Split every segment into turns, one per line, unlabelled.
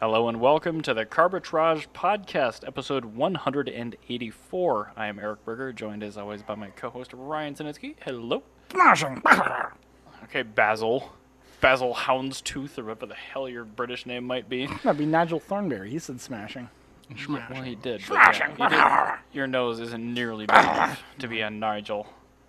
Hello and welcome to the Carbitrage Podcast, episode 184. I am Eric Berger, joined as always by my co host Ryan Sinitsky. Hello. Okay, Basil. Basil Houndstooth, or whatever the hell your British name might be.
That'd be Nigel Thornberry. He said smashing.
Well, he did. but yeah, you didn't- your nose isn't nearly big enough to be a Nigel.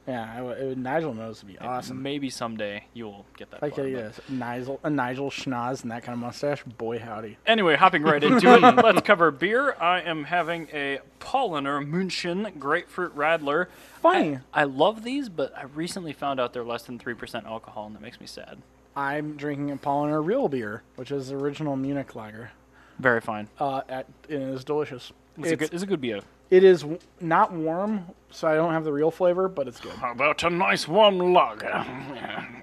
Yeah, I w- uh, Nigel knows would be awesome.
Maybe someday you will get that.
Like
far,
a,
but-
uh, Nigel, a Nigel schnoz and that kind of mustache. Boy, howdy.
Anyway, hopping right into it, let's cover beer. I am having a Polliner München Grapefruit Radler.
Funny.
I love these, but I recently found out they're less than 3% alcohol, and that makes me sad.
I'm drinking a Polliner real beer, which is the original Munich lager.
Very fine.
Uh, at, and it is delicious.
It's, a, good, it's a good beer.
it is w- not warm, so I don't have the real flavor, but it's good.
How about a nice warm lager?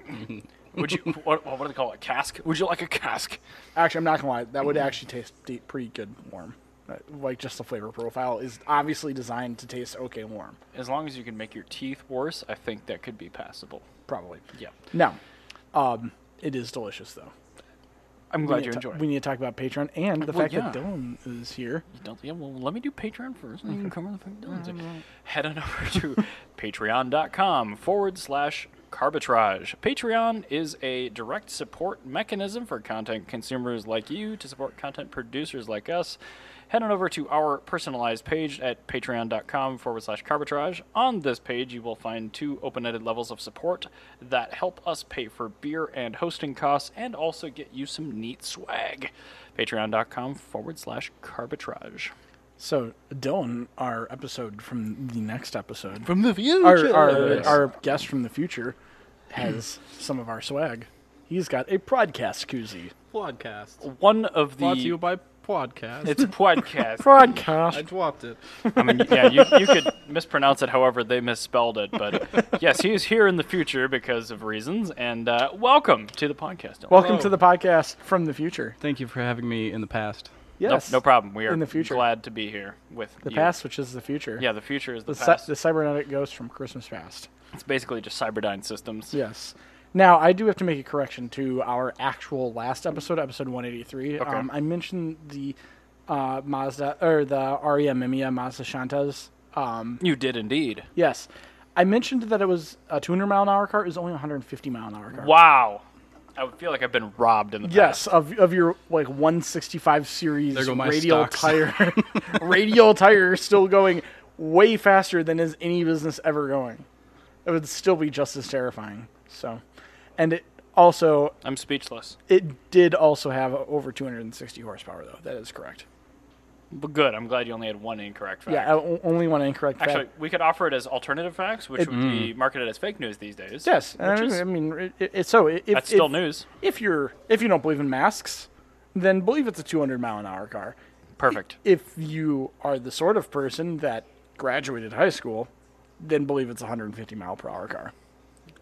Would you, what, what do they call it, cask? Would you like a cask?
Actually, I'm not gonna lie. That would actually taste de- pretty good warm. Uh, Like just the flavor profile is obviously designed to taste okay warm,
As long as you can make your teeth worse, I think that could be passable.
probably.
Yeah.
No, um, it is delicious though.
I'm
We
glad
need
you
to-
enjoyed
We
it.
need to talk about Patreon and the
Well,
fact that
yeah.
Dylan is here.
You don't- Yeah, well, let me do Patreon first, and you can cover the fucking Dylan's. Head on over to patreon.com forward slash carbitrage. Patreon is a direct support mechanism for content consumers like you to support content producers like us. Head on over to our personalized page at patreon.com forward slash carbitrage. On this page, you will find two open ended levels of support that help us pay for beer and hosting costs and also get you some neat swag. Patreon.com forward slash carbitrage.
So Dylan, our episode from the next episode,
From the future.
our our, our guest from the future, has some of our swag. He's got a podcast koozie.
Podcast.
one of the
Brought to you by Podcast.
it's podcast.
I
Podcast.
dropped it.
I mean, yeah, you, you could mispronounce it however they misspelled it, but yes, he is here in the future because of reasons. And uh, welcome to the podcast. Dylan.
Welcome to
Hello.
the podcast from the future.
Thank you for having me in the past.
no,
Yes,
no problem. We are
In the future.
glad to be here with
The
you.
past, which is the future.
Yeah, the future is the,
The, cy-
past.
the cybernetic ghost from Christmas past.
it's basically just Cyberdyne systems.
Yes. Now I do have to make a correction to our actual last episode, episode 183. Um, I mentioned the uh, Mazda or the E REM Mimia Mazda Shantas. Um,
You did indeed.
yes, I mentioned that it was a 200 mile an hour car. It was only a 150 mile an hour car.
Wow. I would feel like I've been robbed in the past.
Yes, of of your like 165 series
There go my
radial
stocks.
tire, radial tire still going way faster than is any business ever going. It would still be just as terrifying. So, and it also
I'm speechless.
It did also have over 260 horsepower, though. That is correct.
But good. I'm glad you only had one incorrect fact.
Yeah, I o- only one incorrect fact.
Actually, we could offer it as alternative facts, which would be marketed as fake news these days.
yes.
which
I mean,
is-
I mean, it, it, it's- so i- if,
that's still
if,
news.
if you're if you don't believe in masks, then believe it's a 200 mile an hour car.
Perfect.
If you are the sort of person that graduated high school, then believe it's a 150 mile per hour car.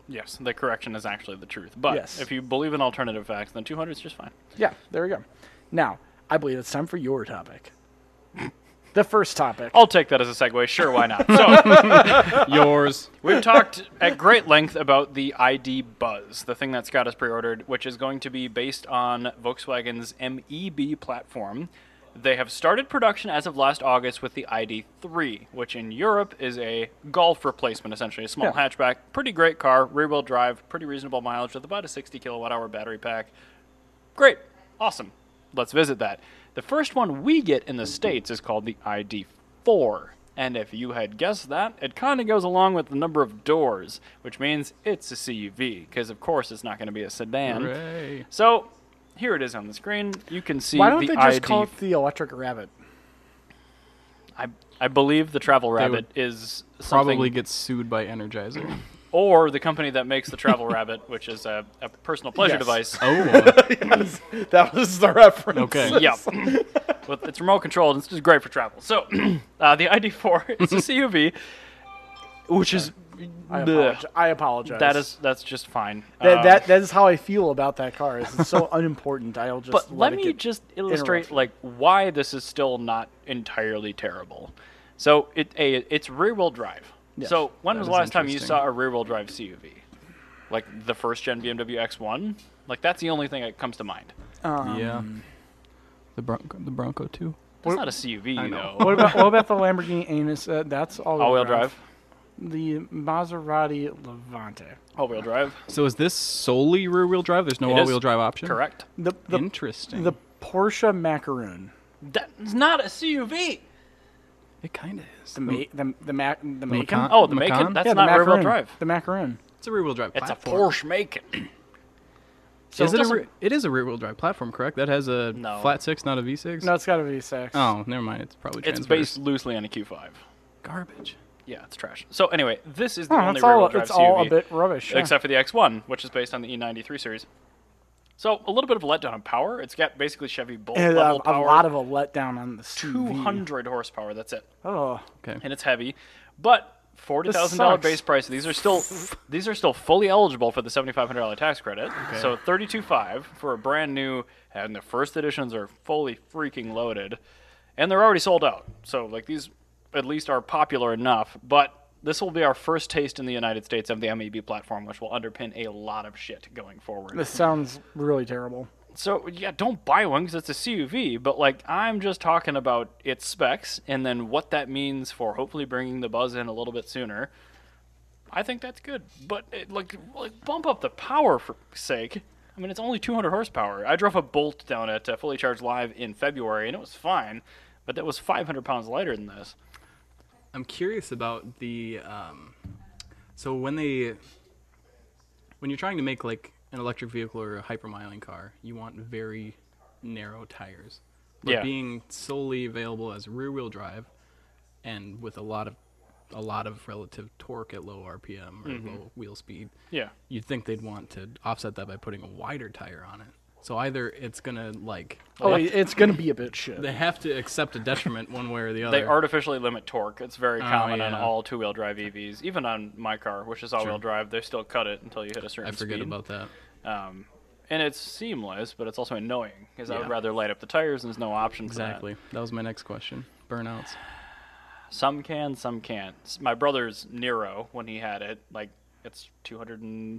Yes, the correction is actually the truth. But
Yes.
if you believe in alternative facts, then 200 is just fine.
Yeah, there we go. Now, I believe it's time for your topic. the first topic.
I'll take that as a segue. Sure, why not? So
Yours.
we've talked at great length about the ID Buzz, the thing that Scott has pre-ordered, which is going to be based on Volkswagen's MEB platform. They have started production as of last August with the ID3, which in Europe is a Golf replacement, essentially a small
Yeah.
hatchback. Pretty great car, rear-wheel drive, pretty reasonable mileage with about a 60 kilowatt-hour battery pack. Great. Awesome. Let's visit that. The first one we get in the States is called the ID4. And if you had guessed that, it kind of goes along with the number of doors, which means it's a CUV, because of course it's not going to be a sedan.
Hooray.
So here it is on the screen. You can see
Why don't
the
they just
ID.
call it the electric rabbit?
I, I believe the Travel Rabbit
would
is something,
Probably gets sued by Energizer.
or the company that makes the Travel Rabbit, which is a, a personal pleasure device.
Yes.
oh.
That was the reference.
Okay.
yeah. With it's remote controlled, it's just great for travel. So, uh, the ID4 is a CUV, which is
I
bleh.
apologize. I apologize.
that is that's just fine.
that,
Um,
that, that is how I feel about that car. is It's so unimportant. I'll just.
but let
it
me
get-
just illustrate
interrupted.
like why this is still not entirely terrible. So it a it's rear wheel drive. So when was the
is
last time you
interesting.
saw a rear wheel drive CUV? Like
Um,
the first gen BMW X1? Like that's the only thing that comes to mind.
yeah. The Bronco, the Bronco too.
That's
What-
not a CUV
I know.
though.
What about what about the Lamborghini Anus? Uh, that's all
All-wheel drive.
The Maserati Levante.
All-wheel drive.
So is this solely rear-wheel drive? There's no
It is.
all-wheel drive option.
Correct.
The the,
Interesting.
the Porsche Macaroon.
That's not a CUV.
it kind of is. Oh,
The ma- the the ma- the, Macan.
Macan?
Oh, the
The
Macon.
Macan?
That's
yeah,
not
the
rear wheel
Macaroon.
drive.
The Macaroon.
It's a rear-wheel drive
It's a
platform.
Porsche Macon.
So is it, a
doesn't-
re- it is a rear-wheel drive platform, correct? That has a
No.
flat six, not a V6.
No, it's got a V6.
Oh, never mind. It's probably
It's
transverse.
based loosely on a Q5.
garbage.
Yeah, it's trash. So anyway, this is the
Oh,
only
it's
rear wheel
all
drive
it's
CUV.
all a bit rubbish. yeah.
except for the X1, which is based on the E93 series. So a little bit of a letdown on power. It's got basically Chevy Bolt
And a,
level
a
power,
lot of a letdown on the CV.
200 horsepower. That's it,
Oh,
Okay.
and it's heavy, but. Forty thousand dollar
sucks.
base price. These are still these are still fully eligible for the seventy five hundred dollar tax credit. So thirty two five for a brand new, and the first editions are fully freaking loaded, and they're already sold out. So like these, at least are popular enough. But this will be our first taste in the United States of the MEB platform, which will underpin a lot of shit going forward.
this sounds really terrible.
So yeah, don't buy one because it's a CUV. But like, I'm just talking about its specs and then what that means for hopefully bringing the buzz in a little bit sooner. I think that's good, but it, like, like bump up the power for sake. I mean, it's only 200 horsepower. I drove a Bolt down at uh, Fully Charged Live in February, and it was fine, but that was 500 pounds lighter than this.
I'm curious about the. Um, so when they, when you're trying to make like an electric vehicle or a hypermiling car, you want very narrow tires. But
Yeah.
being solely available as rear-wheel drive, and with a lot of, a lot of relative torque at low RPM or
Mm-hmm.
low wheel speed,
Yeah,
you'd think they'd want to offset that by putting a wider tire on it. So either it's gonna like
Oh, it's gonna be a bit shit.
they have to accept a detriment one way or the other.
they artificially limit torque. It's very
Oh,
common on
yeah.
all two-wheel drive EVs, even on my car, which is all-wheel drive. They still cut it until you hit a certain
I forget
speed.
about that.
Um, and it's seamless, but it's also annoying because I would
Yeah.
rather light up the tires and there's no option for that.
Exactly. That. was my next question. Burnouts.
Some can, some can't. S- My brother's Nero, when he had it, like it's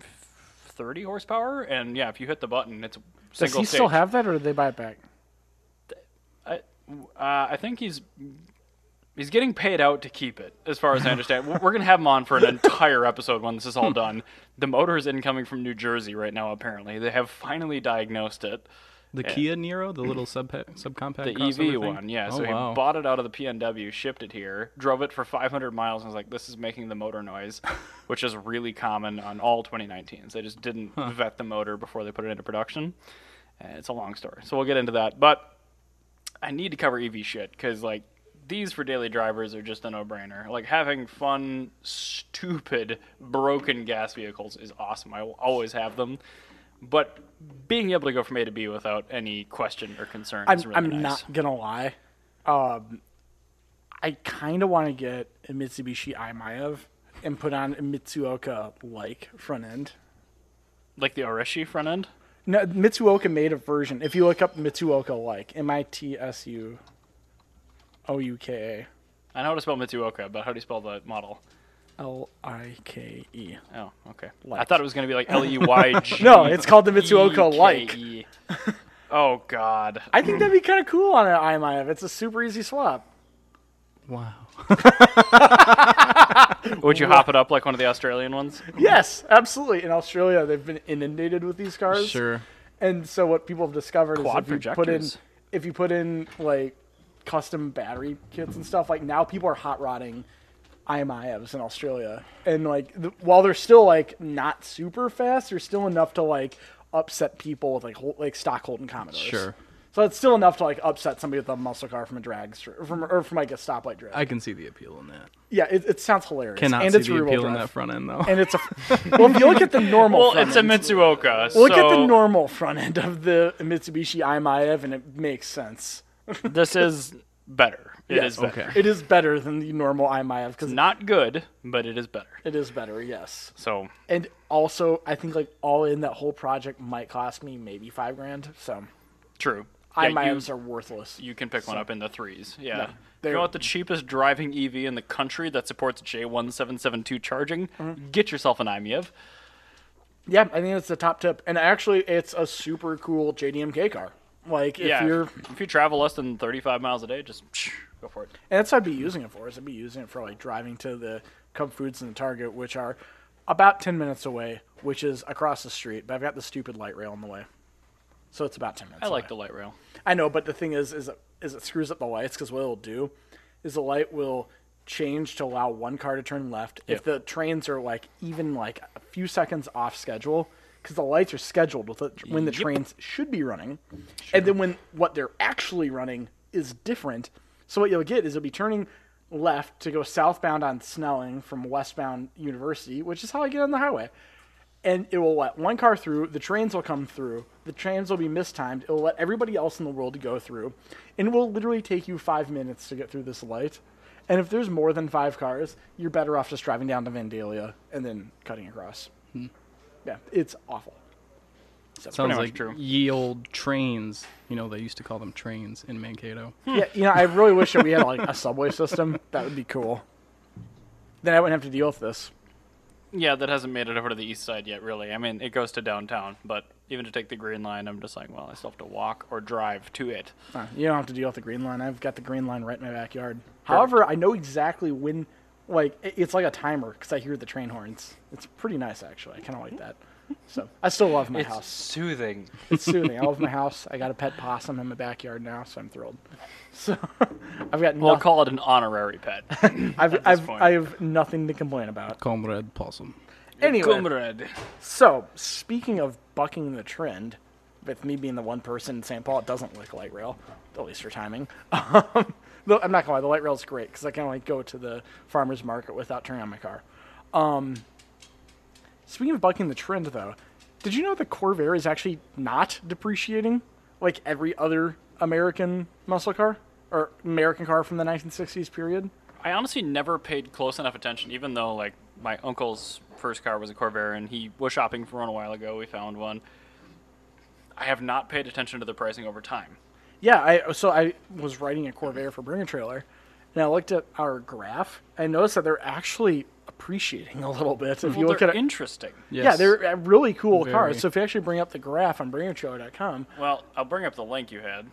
230 horsepower, and yeah, if you hit the button, it's
Does
single
he
stage.
still have that, or did they buy it back?
I, w- uh, I think he's he's getting paid out to keep it, as far as I understand. We're going to have him on for an entire episode when this is all done. The motor is incoming from New Jersey right now. Apparently, they have finally diagnosed it.
The
Yeah.
Kia Nero, the little subpa- subcompact.
E
the EV
crossover thing?
one, yeah.
Oh,
so
wow.
he bought it out of the PNW, shipped it here, drove it for 500 miles, and was like, "This is making the motor noise," which is really common on all 2019s. They just didn't vet the motor before they put it into production. Uh, it's a long story, so we'll get into that. But I need to cover EV shit because like these for daily drivers are just a no-brainer. Like having fun, stupid, broken gas vehicles is awesome. I will always have them. But being able to go from A to B without any question or concern
I'm,
is really
I'm
nice.
not gonna lie. Um, I kind of want to get a Mitsubishi iMaev and put on a Mitsuoka like front end.
like the Oreshi front end.
No, Mitsuoka made a version. If you look up Mitsuoka like, M I T S U O U K
I know how to spell Mitsuoka, but how do you spell the model?
A L I K E.
Oh, okay. I
Like.
thought it was going to be like L E Y G.
No, it's called the Mitsuoka like.
E K E. Oh God.
I think that'd be kind of cool on an iMaev. It's a super easy swap.
Wow.
Would you hop it up like one of the Australian ones?
Yes, absolutely. In Australia, they've been inundated with these cars.
Sure.
And so what people have discovered
Quad
is if you put in
projectors.
if you put in like custom battery kits and stuff, like now people are hot rodding IMIFs in Australia, and like the, while they're still like not super fast, they're still enough to like upset people with like hol- like stock Holden Commodores.
Sure.
So it's still enough to like upset somebody with a muscle car from a drag str- from or from like a stoplight drag.
I can see the appeal in that.
yeah, it, it sounds hilarious.
Cannot
and
see
it's
the
rear-wheel
appeal in
drive.
that front end though.
And it's a well. If you look at the normal,
Well,
front
it's a
end-
Mitsuoka.
Look at the
so
normal front end of the Mitsubishi IMIF, and it makes sense.
This is better. It is
Yes.
better.
Okay.
It is better than the normal IMIF because
Not good, but it is better.
it is better, yes.
So
And also, I think like all in that whole project might cost me maybe five grand. So
true. Yeah, you,
IMIFs are worthless.
you can pick one up in the threes. Yeah. you
they're-
know what? The cheapest driving EV in the country that supports J1772 charging. Get yourself an E IMEV.
Yeah, I think that's the top tip. And actually, it's a super cool JDMK car. Like if
yeah,
you're, and
if you travel less than 35 miles a day, just go for it.
that's what I'd be using it for. Is I'd be using it for like driving to the Cub Foods and the Target, which are about ten minutes away, which is across the street. But I've got the stupid light rail in the way, so it's about ten minutes.
I
away.
like the light rail.
I know, but the thing is, is it, is it screws up the lights because what it'll do is the light will change to allow one car to turn left if
Yep.
the trains are like even like a few seconds off schedule because the lights are scheduled with the, when the
Yep.
trains should be running, and then when what they're actually running is different. So what you'll get is it'll be turning left to go southbound on Snelling from westbound University, which is how I get on the highway and it will let one car through. The trains will come through. The trains will be mistimed. It will let everybody else in the world go through, and it will literally take you five minutes to get through this light. And if there's more than five cars, you're better off just driving down to Vandalia and then cutting across. Yeah, it's awful.
Sounds
much
like
true.
ye old trains. You know, they used to call them trains in Mankato.
Yeah, you know, I really wish that we had like a subway system. That would be cool. Then I wouldn't have to deal with this.
Yeah, that hasn't made it over to the east side yet, really. I mean, it goes to downtown, but even to take the green line, I'm just like, well, I still have to walk or drive to it.
Uh, you don't have to deal with the green line. I've got the green line right in my backyard. However, I know exactly when, like, it- it's like a timer because I hear the train horns. It's pretty nice, actually. I kind of like that. So I still love my house.
soothing.
It's soothing. I love my house. I got a pet possum in my backyard now, so I'm thrilled. So I've got
We'll
nothing.
call it an honorary pet.
I've, I've,
point.
I've nothing to complain about.
Comrade Possum.
Anyway,
Comrade.
so speaking of bucking the trend, with me being the one person in St. Paul, it doesn't look light rail, at least for timing. Um, though I'm not gonna lie, the light rail's great because I can only go to the farmers market without turning on my car. Um, speaking of bucking the trend, though, did you know the Corvair is actually not depreciating like every other American muscle car or American car from the 1960s period?
I honestly never paid close enough attention, even though like my uncle's first car was a Corvair, and he was shopping for one a while ago. We found one. I have not paid attention to the pricing over time.
Yeah, I so I was writing a Corvair for Bringer Trailer, and I looked at our graph. and noticed that they're actually appreciating a little bit. If you
Well,
look
they're
at it,
interesting.
yeah, they're uh, really cool
Very.
cars. So if you actually bring up the graph on BringerTrailer.com,
Well, I'll bring up the link you had.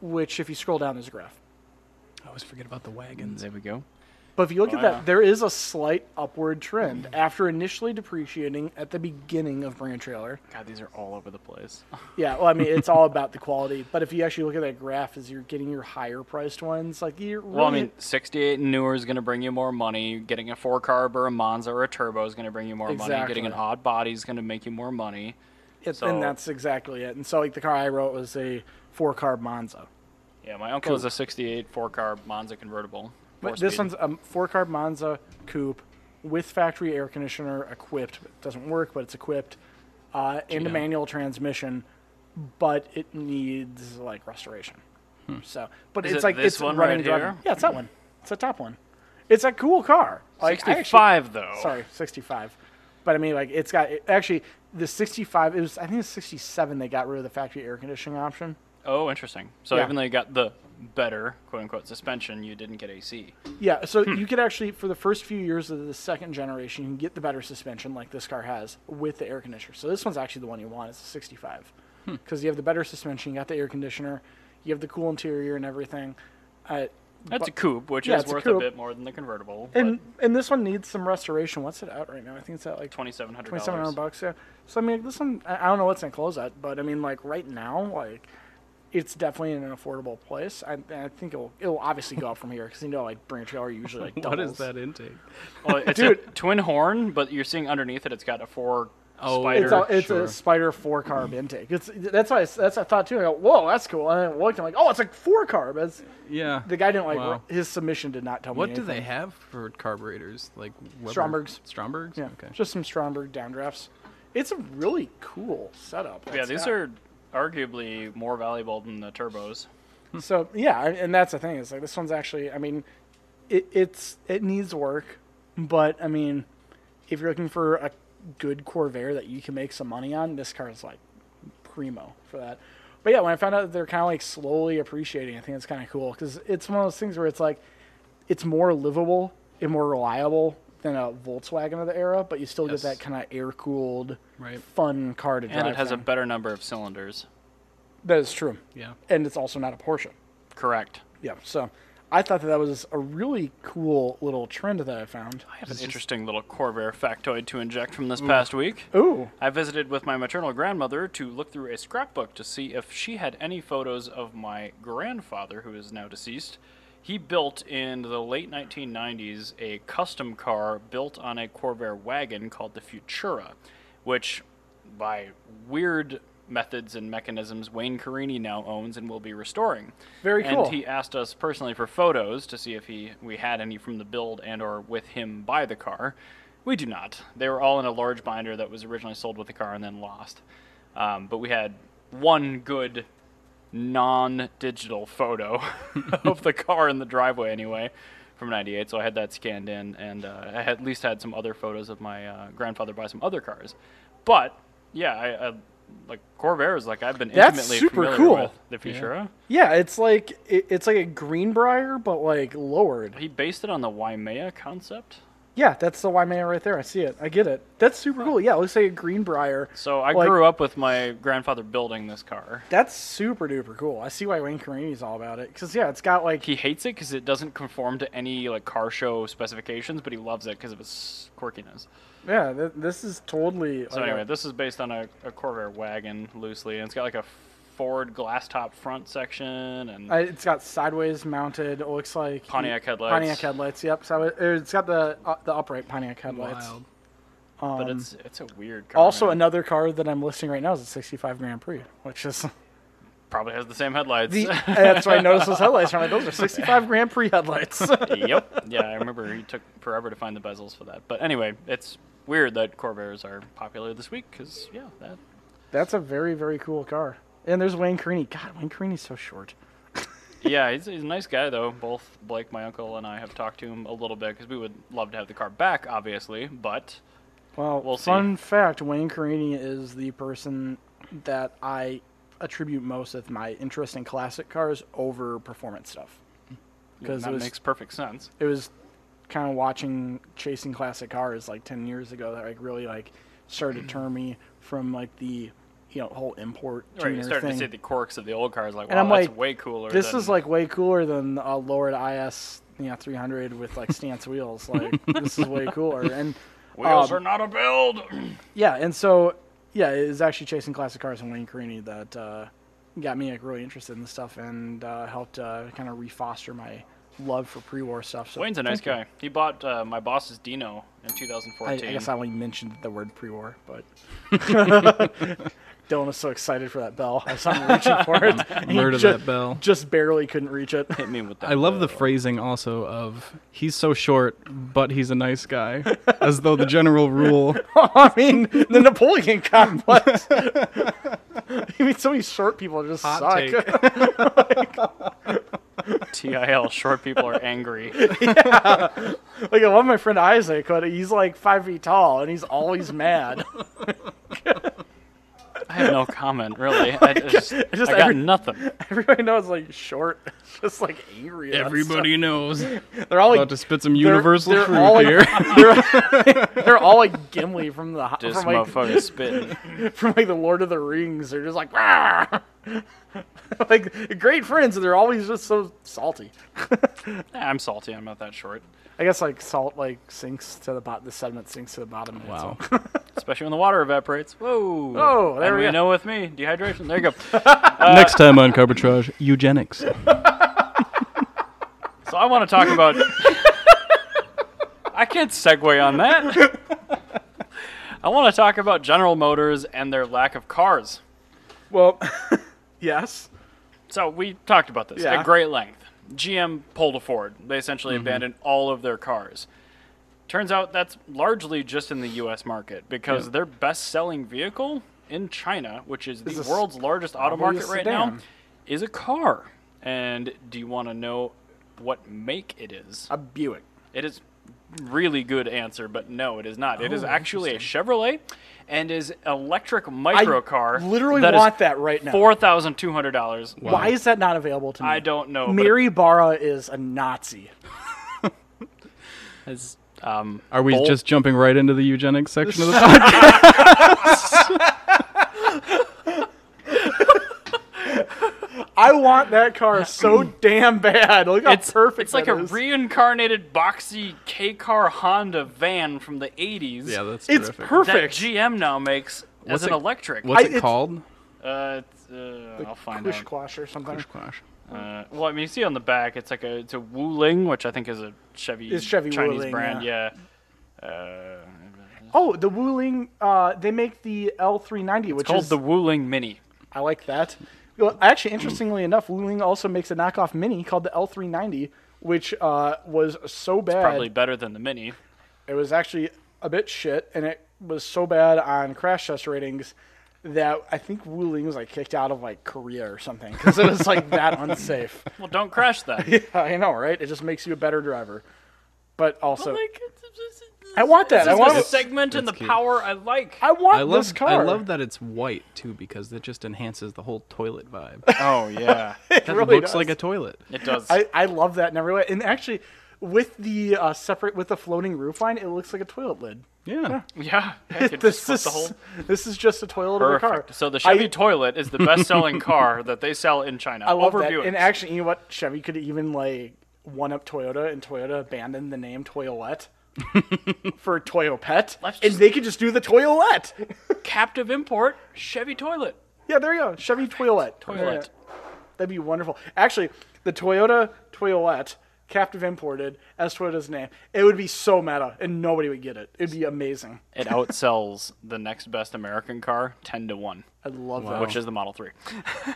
which if you scroll down, there's a graph.
I always forget about the wagons.
There we go.
But if you look at
Oh,
that,
yeah.
there is a slight upward trend after initially depreciating at the beginning of Bringer Trailer.
God, these are all over the place.
Yeah, well, I mean, it's all about the quality. But if you actually look at that graph, as you're getting your higher priced ones, like you're really,
Well, I mean, 68 and newer is going to bring you more money. Getting a four carb or a Monza or a turbo is going to bring you more money. Getting an
Exactly.
odd body is going to make you more money.
It's
So-
and that's exactly it. And so, like the car I wrote was a four carb Monza,
Yeah, my uncle is a 68 four carb Monza convertible.
but
Four-speed.
this one's a four carb Monza coupe with factory air conditioner equipped. It doesn't work, but it's equipped, uh, and a manual transmission, but it needs like restoration. So, but
Hmm. Is
it's
it
like
this
it's
one
running
right
and driving.
here?
Yeah, it's that one. It's a top one. It's a cool car. Like, I actually-
65 though.
sorry, 65. But I mean, like, it's got it, actually the 65. It was I think it's 67. They got rid of the factory air conditioning option.
Oh, interesting. So
Yeah.
even though you got the better quote unquote suspension, you didn't get AC.
Yeah, so
Hmm.
you could actually for the first few years of the second generation, you can get the better suspension like this car has with the air conditioner. So this one's actually the one you want. It's a 65
Hmm.
because you have the better suspension, you got the air conditioner, you have the cool interior and everything. Uh,
That's a coupe, which
Yeah,
is
it's a
worth a
coupe.
bit more than the convertible.
and and this one needs some restoration. What's it out right now? I think it's at like
twenty seven hundred
Twenty-seven hundred
dollars.
bucks, yeah. So I mean, this one I I don't know what's in close at, but I mean, like right now, like it's definitely in an affordable place. I, I think it'll it'll obviously go up from here because you know like Branch are usually like doubles.
What is that intake?
Well, it's a twin horn, but you're seeing underneath it, it's got a four
Oh,
spider.
It's a it's
Sure.
a spider four carb intake. It's that's why I, s- that's what I thought too. I go, whoa, that's cool. And I looked, I'm like, oh, it's a four carb. That's,
Yeah.
the guy didn't like
Wow.
his submission did not tell me.
What do they
anything.
have for carburetors? Like Weber?
Strombergs.
Strombergs.
Yeah,
Okay.
just some Stromberg downdrafts. It's a really cool setup.
yeah,
That's
these
got-
are arguably more valuable than the turbos.
So yeah, I- and that's the thing. Is like this one's actually. I mean, it, it's it needs work, but I mean, if you're looking for a good Corvair that you can make some money on, this car is like primo for that. But yeah, when I found out that they're kind of like slowly appreciating, I think it's kind of cool because it's one of those things where it's like it's more livable and more reliable than a Volkswagen of the era, but you still
Yes.
get that kind of air cooled,
Right.
fun car to drive.
And it has a
thing.
better number of cylinders.
That is true.
Yeah.
And it's also not a Porsche.
Correct.
Yeah. So I thought that that was a really cool little trend that I found.
I have an interesting little Corvair factoid to inject from this past week.
Ooh.
I visited with my maternal grandmother to look through a scrapbook to see if she had any photos of my grandfather, who is now deceased. He built in the late 1990s a custom car built on a Corvair wagon called the Futura, which, by weird methods and mechanisms, Wayne Carini now owns and will be restoring.
Very
And
cool.
he asked us personally for photos to see if he we had any from the build and or with him by the car. We do not. They were all in a large binder that was originally sold with the car and then lost. Um, but we had one good non-digital photo of the car in the driveway anyway from 98 so i had that scanned in and uh, i had- at least had some other photos of my uh, grandfather by some other cars but yeah i, I like corvair is like i've been
That's
intimately
super
familiar
cool.
with the futura
Yeah, it's like it, it's like a Greenbrier, but like lowered.
He based it on the Waimea concept.
Yeah, that's the Y man right there. I see it. I get it. That's super cool. Yeah, it looks like a Greenbrier.
So I
Like-
grew up with my grandfather building this car.
That's super duper cool. I see why Wayne Carini's all about it. Because yeah, it's got like
He hates it because it doesn't conform to any like car show specifications, but he loves it because of its quirkiness.
yeah, th- this is totally.
So
like,
anyway, this is based on a, a Corvair wagon loosely, and it's got like a Ford glass top front section, and
Uh, it's got sideways mounted. It looks like
Pontiac headlights.
Pontiac headlights. Yep. So it- it's got the uh, the upright Pontiac headlights.
Wild.
but it's it's a weird car.
Also,
man.
another car that I'm listing right now is a '65 Grand Prix, which is
probably has the same headlights.
the. e- that's why I noticed those headlights. I'm like, those are '65 Grand Prix headlights.
yep. Yeah, I remember he took forever to find the bezels for that. But anyway, it's weird that Corvairs are popular this week because yeah, that
that's a very very cool car. And there's Wayne Carini. God, Wayne Carini's so short.
Yeah, he's, he's a nice guy though. Both Blake, my uncle, and I have talked to him a little bit because we would love to have the car back, obviously. But
Well,
We'll see.
fun fact: Wayne Carini is the person that I attribute most of my interest in classic cars over performance stuff.
because
it
that
was,
makes perfect sense.
it was kind of watching chasing classic cars like 10 years ago that like really like started to turn me from like the you know whole import
Right, you
tuner
started
thing.
to see the quirks of the old cars, like wow,
And I'm
that's
like,
way cooler.
this
than-
is like way cooler than a lowered IS you know 300 with like stance wheels like this is way cooler and
wheels
um,
are not a build.
yeah and so yeah it was actually chasing classic cars and Wayne Carini that uh, got me like really interested in this stuff and uh, helped uh, kind of refoster my love for pre-war stuff so
Wayne's a nice
thank
guy. He bought uh, my boss's Dino in
I,
2014.
I guess I only mentioned the word pre-war, but Dylan was so excited for that bell. I saw him reaching for it. and he
Murder
ju-
that bell.
Just barely couldn't reach it.
Hit me with that.
I love the
though.
phrasing also of he's so short, but he's a nice guy, as though the general rule.
I mean, the Napoleon complex. I mean, so many short people just
Hot
suck.
take.
TIL. Short people are angry.
Like I love my friend Isaac, but he's like five feet tall and he's always mad.
I have no comment really. I just,
just
I got
every-
nothing.
Everybody knows like short, just like angry. at us.
Everybody knows.
they're all like
About to spit some
they're-
universal
they're
truth
all like-
here.
they're all like Gimli from the ho-
This
from like
motherfucker spitting.
from like the Lord of the Rings. They're just like, "Rah!" like great friends, and they're always just so salty.
Nah, I'm salty. I'm not that short,
I guess like salt like sinks to the bottom. The sediment sinks to the bottom. and it's
Wow.
all-
especially when the water evaporates. Whoa!
Oh, there
and
we go.
know with me dehydration. There you go.
Next time on Carbitrage, eugenics.
so I want to talk about. I can't segue on that. I want to talk about General Motors and their lack of cars.
Well, yes.
So we talked about this
Yeah. Mm-hmm.
at great length. GM pulled a Ford. They essentially abandoned all of their cars. Turns out that's largely just in the U.S. market because their best-selling vehicle in China, which is the
Is a s-
world's largest auto
probably a
market right now,
sedan.
is a car. And do you want to know what make it is?
A Buick.
It is really good answer, but no, it is not. it
Oh,
is actually a Chevrolet and is electric microcar.
literally
is
want that right now.
Four thousand two hundred dollars.
Why is that not available to me?
I don't know. but
Mary Barra is a Nazi.
it's, um,
Are we
Bolt.
just jumping right into the eugenics section of the podcast?
I want that car so damn bad. Look how
It's
perfect.
It's like
that
a
is.
reincarnated boxy K car Honda van from the 80s.
Yeah, that's
It's
terrific.
perfect.
that GM now makes as
What's
an
it-
electric.
What's
I-
it
it's-
called?
Uh, it's, uh, I'll find
Quish
out.
quash or something.
Crash, crash.
Uh, well, I mean, you see on the back, it's like a it's a Wuling, which I think is a Chevy,
It's Chevy
Chinese
Wuling,
brand.
yeah.
Yeah. Uh,
Oh, the Wuling. Uh, they make the L390, which
it's called
is
the Wuling Mini.
I like that. Well, actually, interestingly enough, Wuling also makes a knockoff Mini called the L390, which uh, was so bad.
Probably better than the Mini.
It was actually a bit shit, and it was so bad on crash test ratings that I think Wuling was like kicked out of like Korea or something because it was like that unsafe.
Well, don't crash that.
I know, right? It just makes you a better driver. But also,
Like, it's- it's- it's-
I want that.
This
I
is
want.
the segment and the
That's cute.
power I like.
I want
I love
this car.
I love that it's white too because it just enhances the whole toilet vibe.
Oh yeah,
It
That
really
looks
does.
like a toilet.
it does.
I, I love that in every way. And actually, with the uh, separate with the floating roof line, it looks like a toilet lid.
Yeah.
yeah, I could
This
split
is
the whole
this is just a toilet of a car.
Perfect. So the Chevy
I-
toilet is the best-selling car that they sell in China.
I love
I'll
that.
review
And
it.
actually, you know what? Chevy could even like one up Toyota, and Toyota abandoned the name Toyolette for Toyopet,
Let's
and
just-
they could just do the Toyolette.
Captive import Chevy toilet.
yeah, there you go. Chevy Toyolette.
Toilet.
Yeah. That'd be wonderful. Actually, the Toyota Toyolette. Captive imported as Toyota's name. It would be so meta, and nobody would get it. It'd be amazing.
It outsells the next best American car ten to one,
I love that.
which is the Model Three.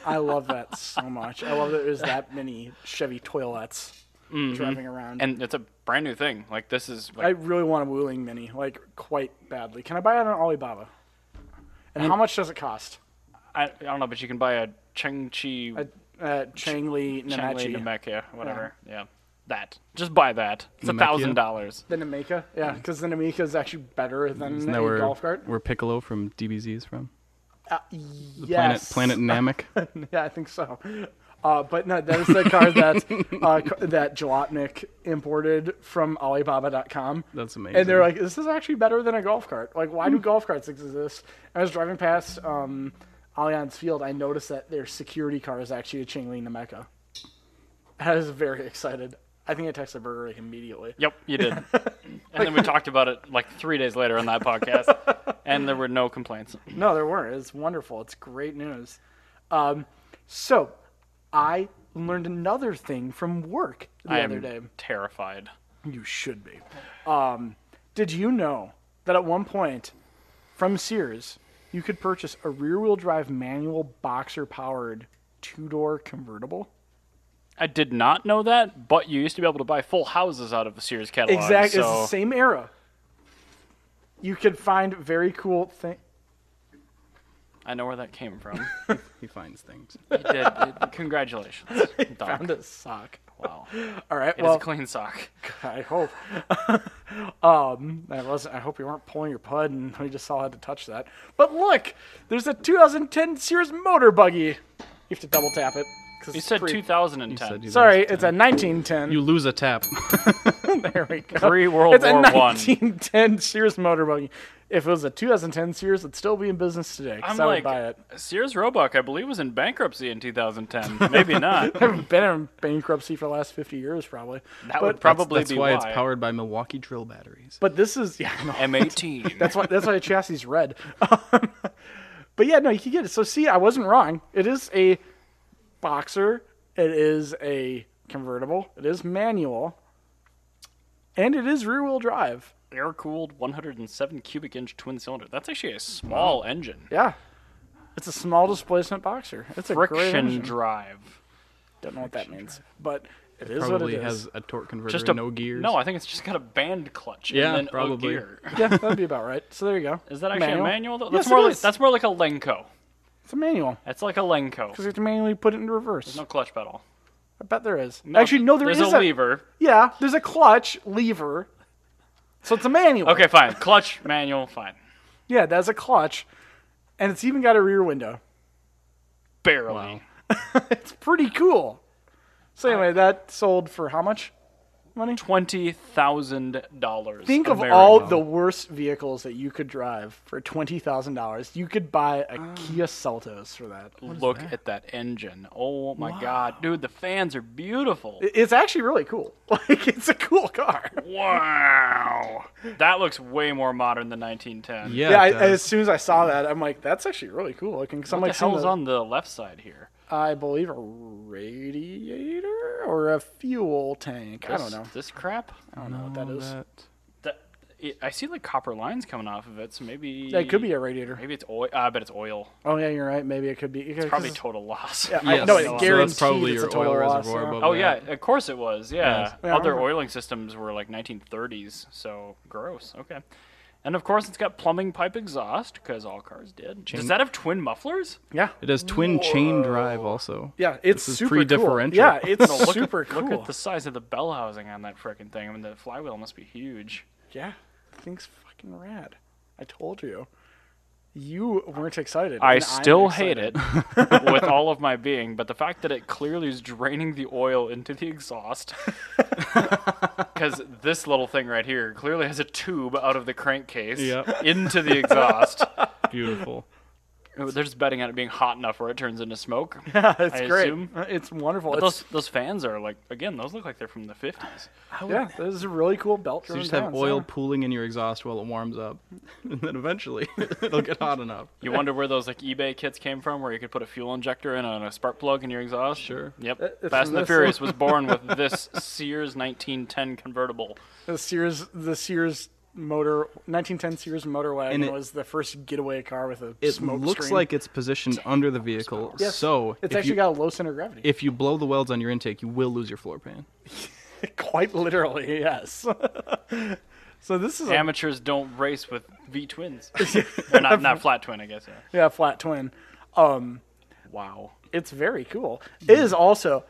I love that so much. I love that there's that many Chevy Toilettes
Mm-hmm.
driving around.
and it's a brand new thing. Like this is
I
like,
really want a Wuling Mini, like quite badly. Can I buy it on Alibaba? And how much does it cost?
I, I, don't know, but you can buy a Chengchi,
Uh, uh,
Chengli
Changli Namachi.
Namekia, whatever. Yeah. that. Just buy that. It's a
Namekia?
thousand dollars.
The Nameka? Yeah, because the Nameka is actually better than
Isn't
the
that where,
golf cart.
where Piccolo from DBZ is from?
Uh, yes.
Planet Planet Namek.
yeah, I think so. Uh, but no, that is the car that uh, c- that Jalopnik imported from Alibaba.com.
That's amazing.
and they're like, "This is actually better than a golf cart. Like, why do golf carts exist?" I was driving past um, Allianz Field. I noticed that their security car is actually a Chingli Nameca. I was very excited. I think I texted Burger King immediately.
Yep, you did. and then we talked about it like three days later on that podcast, and there were no complaints.
No, there weren't. It's wonderful. It's great news. Um, so, I learned another thing from work the
I
other
am
day.
terrified.
You should be. Um, did you know that at one point from Sears, you could purchase a rear wheel drive manual boxer powered two door convertible?
I did not know that, but you used to be able to buy full houses out of the Sears catalog.
Exactly. It's
so-
the same era. You could find very cool things.
I know where that came from.
he finds things.
you did. Congratulations. Doc.
Found a sock.
Wow. It
All right.
is
well,
a clean sock.
I hope. um, I wasn't. I hope you weren't pulling your pud, and we just all had to touch that. But look, there's a 2010 Sears motor buggy. You have to double tap it. 'cause
You
it's
said
pre-
2010.
said you-
Sorry, it's a 1910.
You lose a tap.
there we go.
Pre-World
it's
War
a
One.
1910 Sears motor buggy. If it was a 2010 Sears, it'd still be in business today. 'cause
I'm
I would
like,
buy it.
Sears Roebuck, I believe, was in bankruptcy in 2010. Maybe not. That
I've been in bankruptcy for the last 50 years, probably. That
would probably
That's
be
why, it's powered by Milwaukee drill batteries.
But this is yeah. No,
M18.
That's why that's why the chassis is red. Um, but yeah, no, you can get it. So see, I wasn't wrong. It is a boxer. It is a convertible. It is manual, and it is rear-wheel drive.
air-cooled 107 cubic inch twin cylinder. That's actually a small engine.
Yeah, it's a small displacement boxer. It's a great
Friction
engine.
drive.
Don't know what that means, but it is what
Probably
it
has
is.
a torque converter,
Just
and
a
no gears.
No, I think it's just got a band clutch.
Yeah,
and then
probably.
A gear.
yeah, that'd be about right. So there you go.
Is that actually a manual? Though? That's
yes,
more
it
like
is.
that's more like a Lenko.
it's a manual
That's like a Lenko.
because you have to manually put it into reverse.
No clutch pedal.
I bet there is. actually, no, there
there's
is
a lever.
Yeah, there's a clutch lever. So it's a manual.
Okay, fine. Clutch manual, fine.
Yeah, that's a clutch, and it's even got a rear window.
Barely.
Wow.
It's pretty cool. So anyway, that sold for how much? money?
Twenty thousand dollars.
Think of all the worst vehicles that you could drive for twenty thousand dollars. You could buy a Kia Seltos for that.
Look at that engine! Oh my god, dude, the fans are beautiful.
It- It's actually really cool. Like it's a cool car.
wow, that looks way more modern than 1910.
Yeah,
Yeah, I,
it does.
as soon as I saw that, I'm like, that's actually really cool looking. Cause I'm
What
like,
the
seeing
hell's
the-
on the left side here?
I believe a radiator or a fuel tank. I don't
This-
know.
This crap?
I don't know what that is.
That-
That, it, I see like copper lines coming off of it, so maybe
Yeah, it could be a radiator.
Maybe it's oil. Uh, I bet it's oil.
Oh yeah, you're right. Maybe it could be. It's
Probably total loss.
Yeah, I-
Yes.
no,
I
it's
have
so
guaranteed
that's probably
it's a
your
total
oil
loss,
reservoir
yeah.
above
Oh yeah,
that.
of course it was. Yeah,
Yes.
Yeah, I
other
remember.
oiling systems were like 1930s, so gross. Okay, and of course it's got plumbing pipe exhaust because all cars did. Does that have twin mufflers?
Yeah.
It has twin chain drive also.
Yeah, it's
This is
super
pre-differential.
Cool. Yeah, it's
look
super
at,
cool.
Look at the size of the bell housing on that frickin' thing. I mean, the flywheel must be huge.
Yeah, the thing's fucking rad. I told you. You weren't excited.
I
and I'm
still hate
excited.
it with all of my being, but the fact that it clearly is draining the oil into the exhaust, because this little thing right here clearly has a tube out of the crankcase
Yep.
into the exhaust.
Beautiful.
They're just betting on it being hot enough where it turns into smoke.
Yeah, it's
I
great.
assume.
Uh, It's wonderful.
But
It's,
those those fans are like again, those look like they're from the fifties.
yeah, this is a really cool belt.
So you just have oil pooling in your exhaust while it warms up, and then eventually it'll get hot enough.
You wonder where those like eBay kits came from, where you could put a fuel injector in and a spark plug in your exhaust.
Sure.
Yep.
it's
Fast and the
this
Furious was born with this Sears 1910 convertible.
The Sears, the Sears motor, 1910 Sears motor wagon
And it-
was the first getaway car with a
It
smoke
looks
screen.
like it's positioned under the vehicle,
Yes,
so
it's
if
actually
you,
got a low center of gravity.
if you blow the welds on your intake, you will lose your floor pan.
Quite literally, yes. so this is a
Amateurs don't race with V twins. They're not not flat twin, I guess. Yeah.
yeah, flat twin. Um,
Wow.
it's very cool. It is also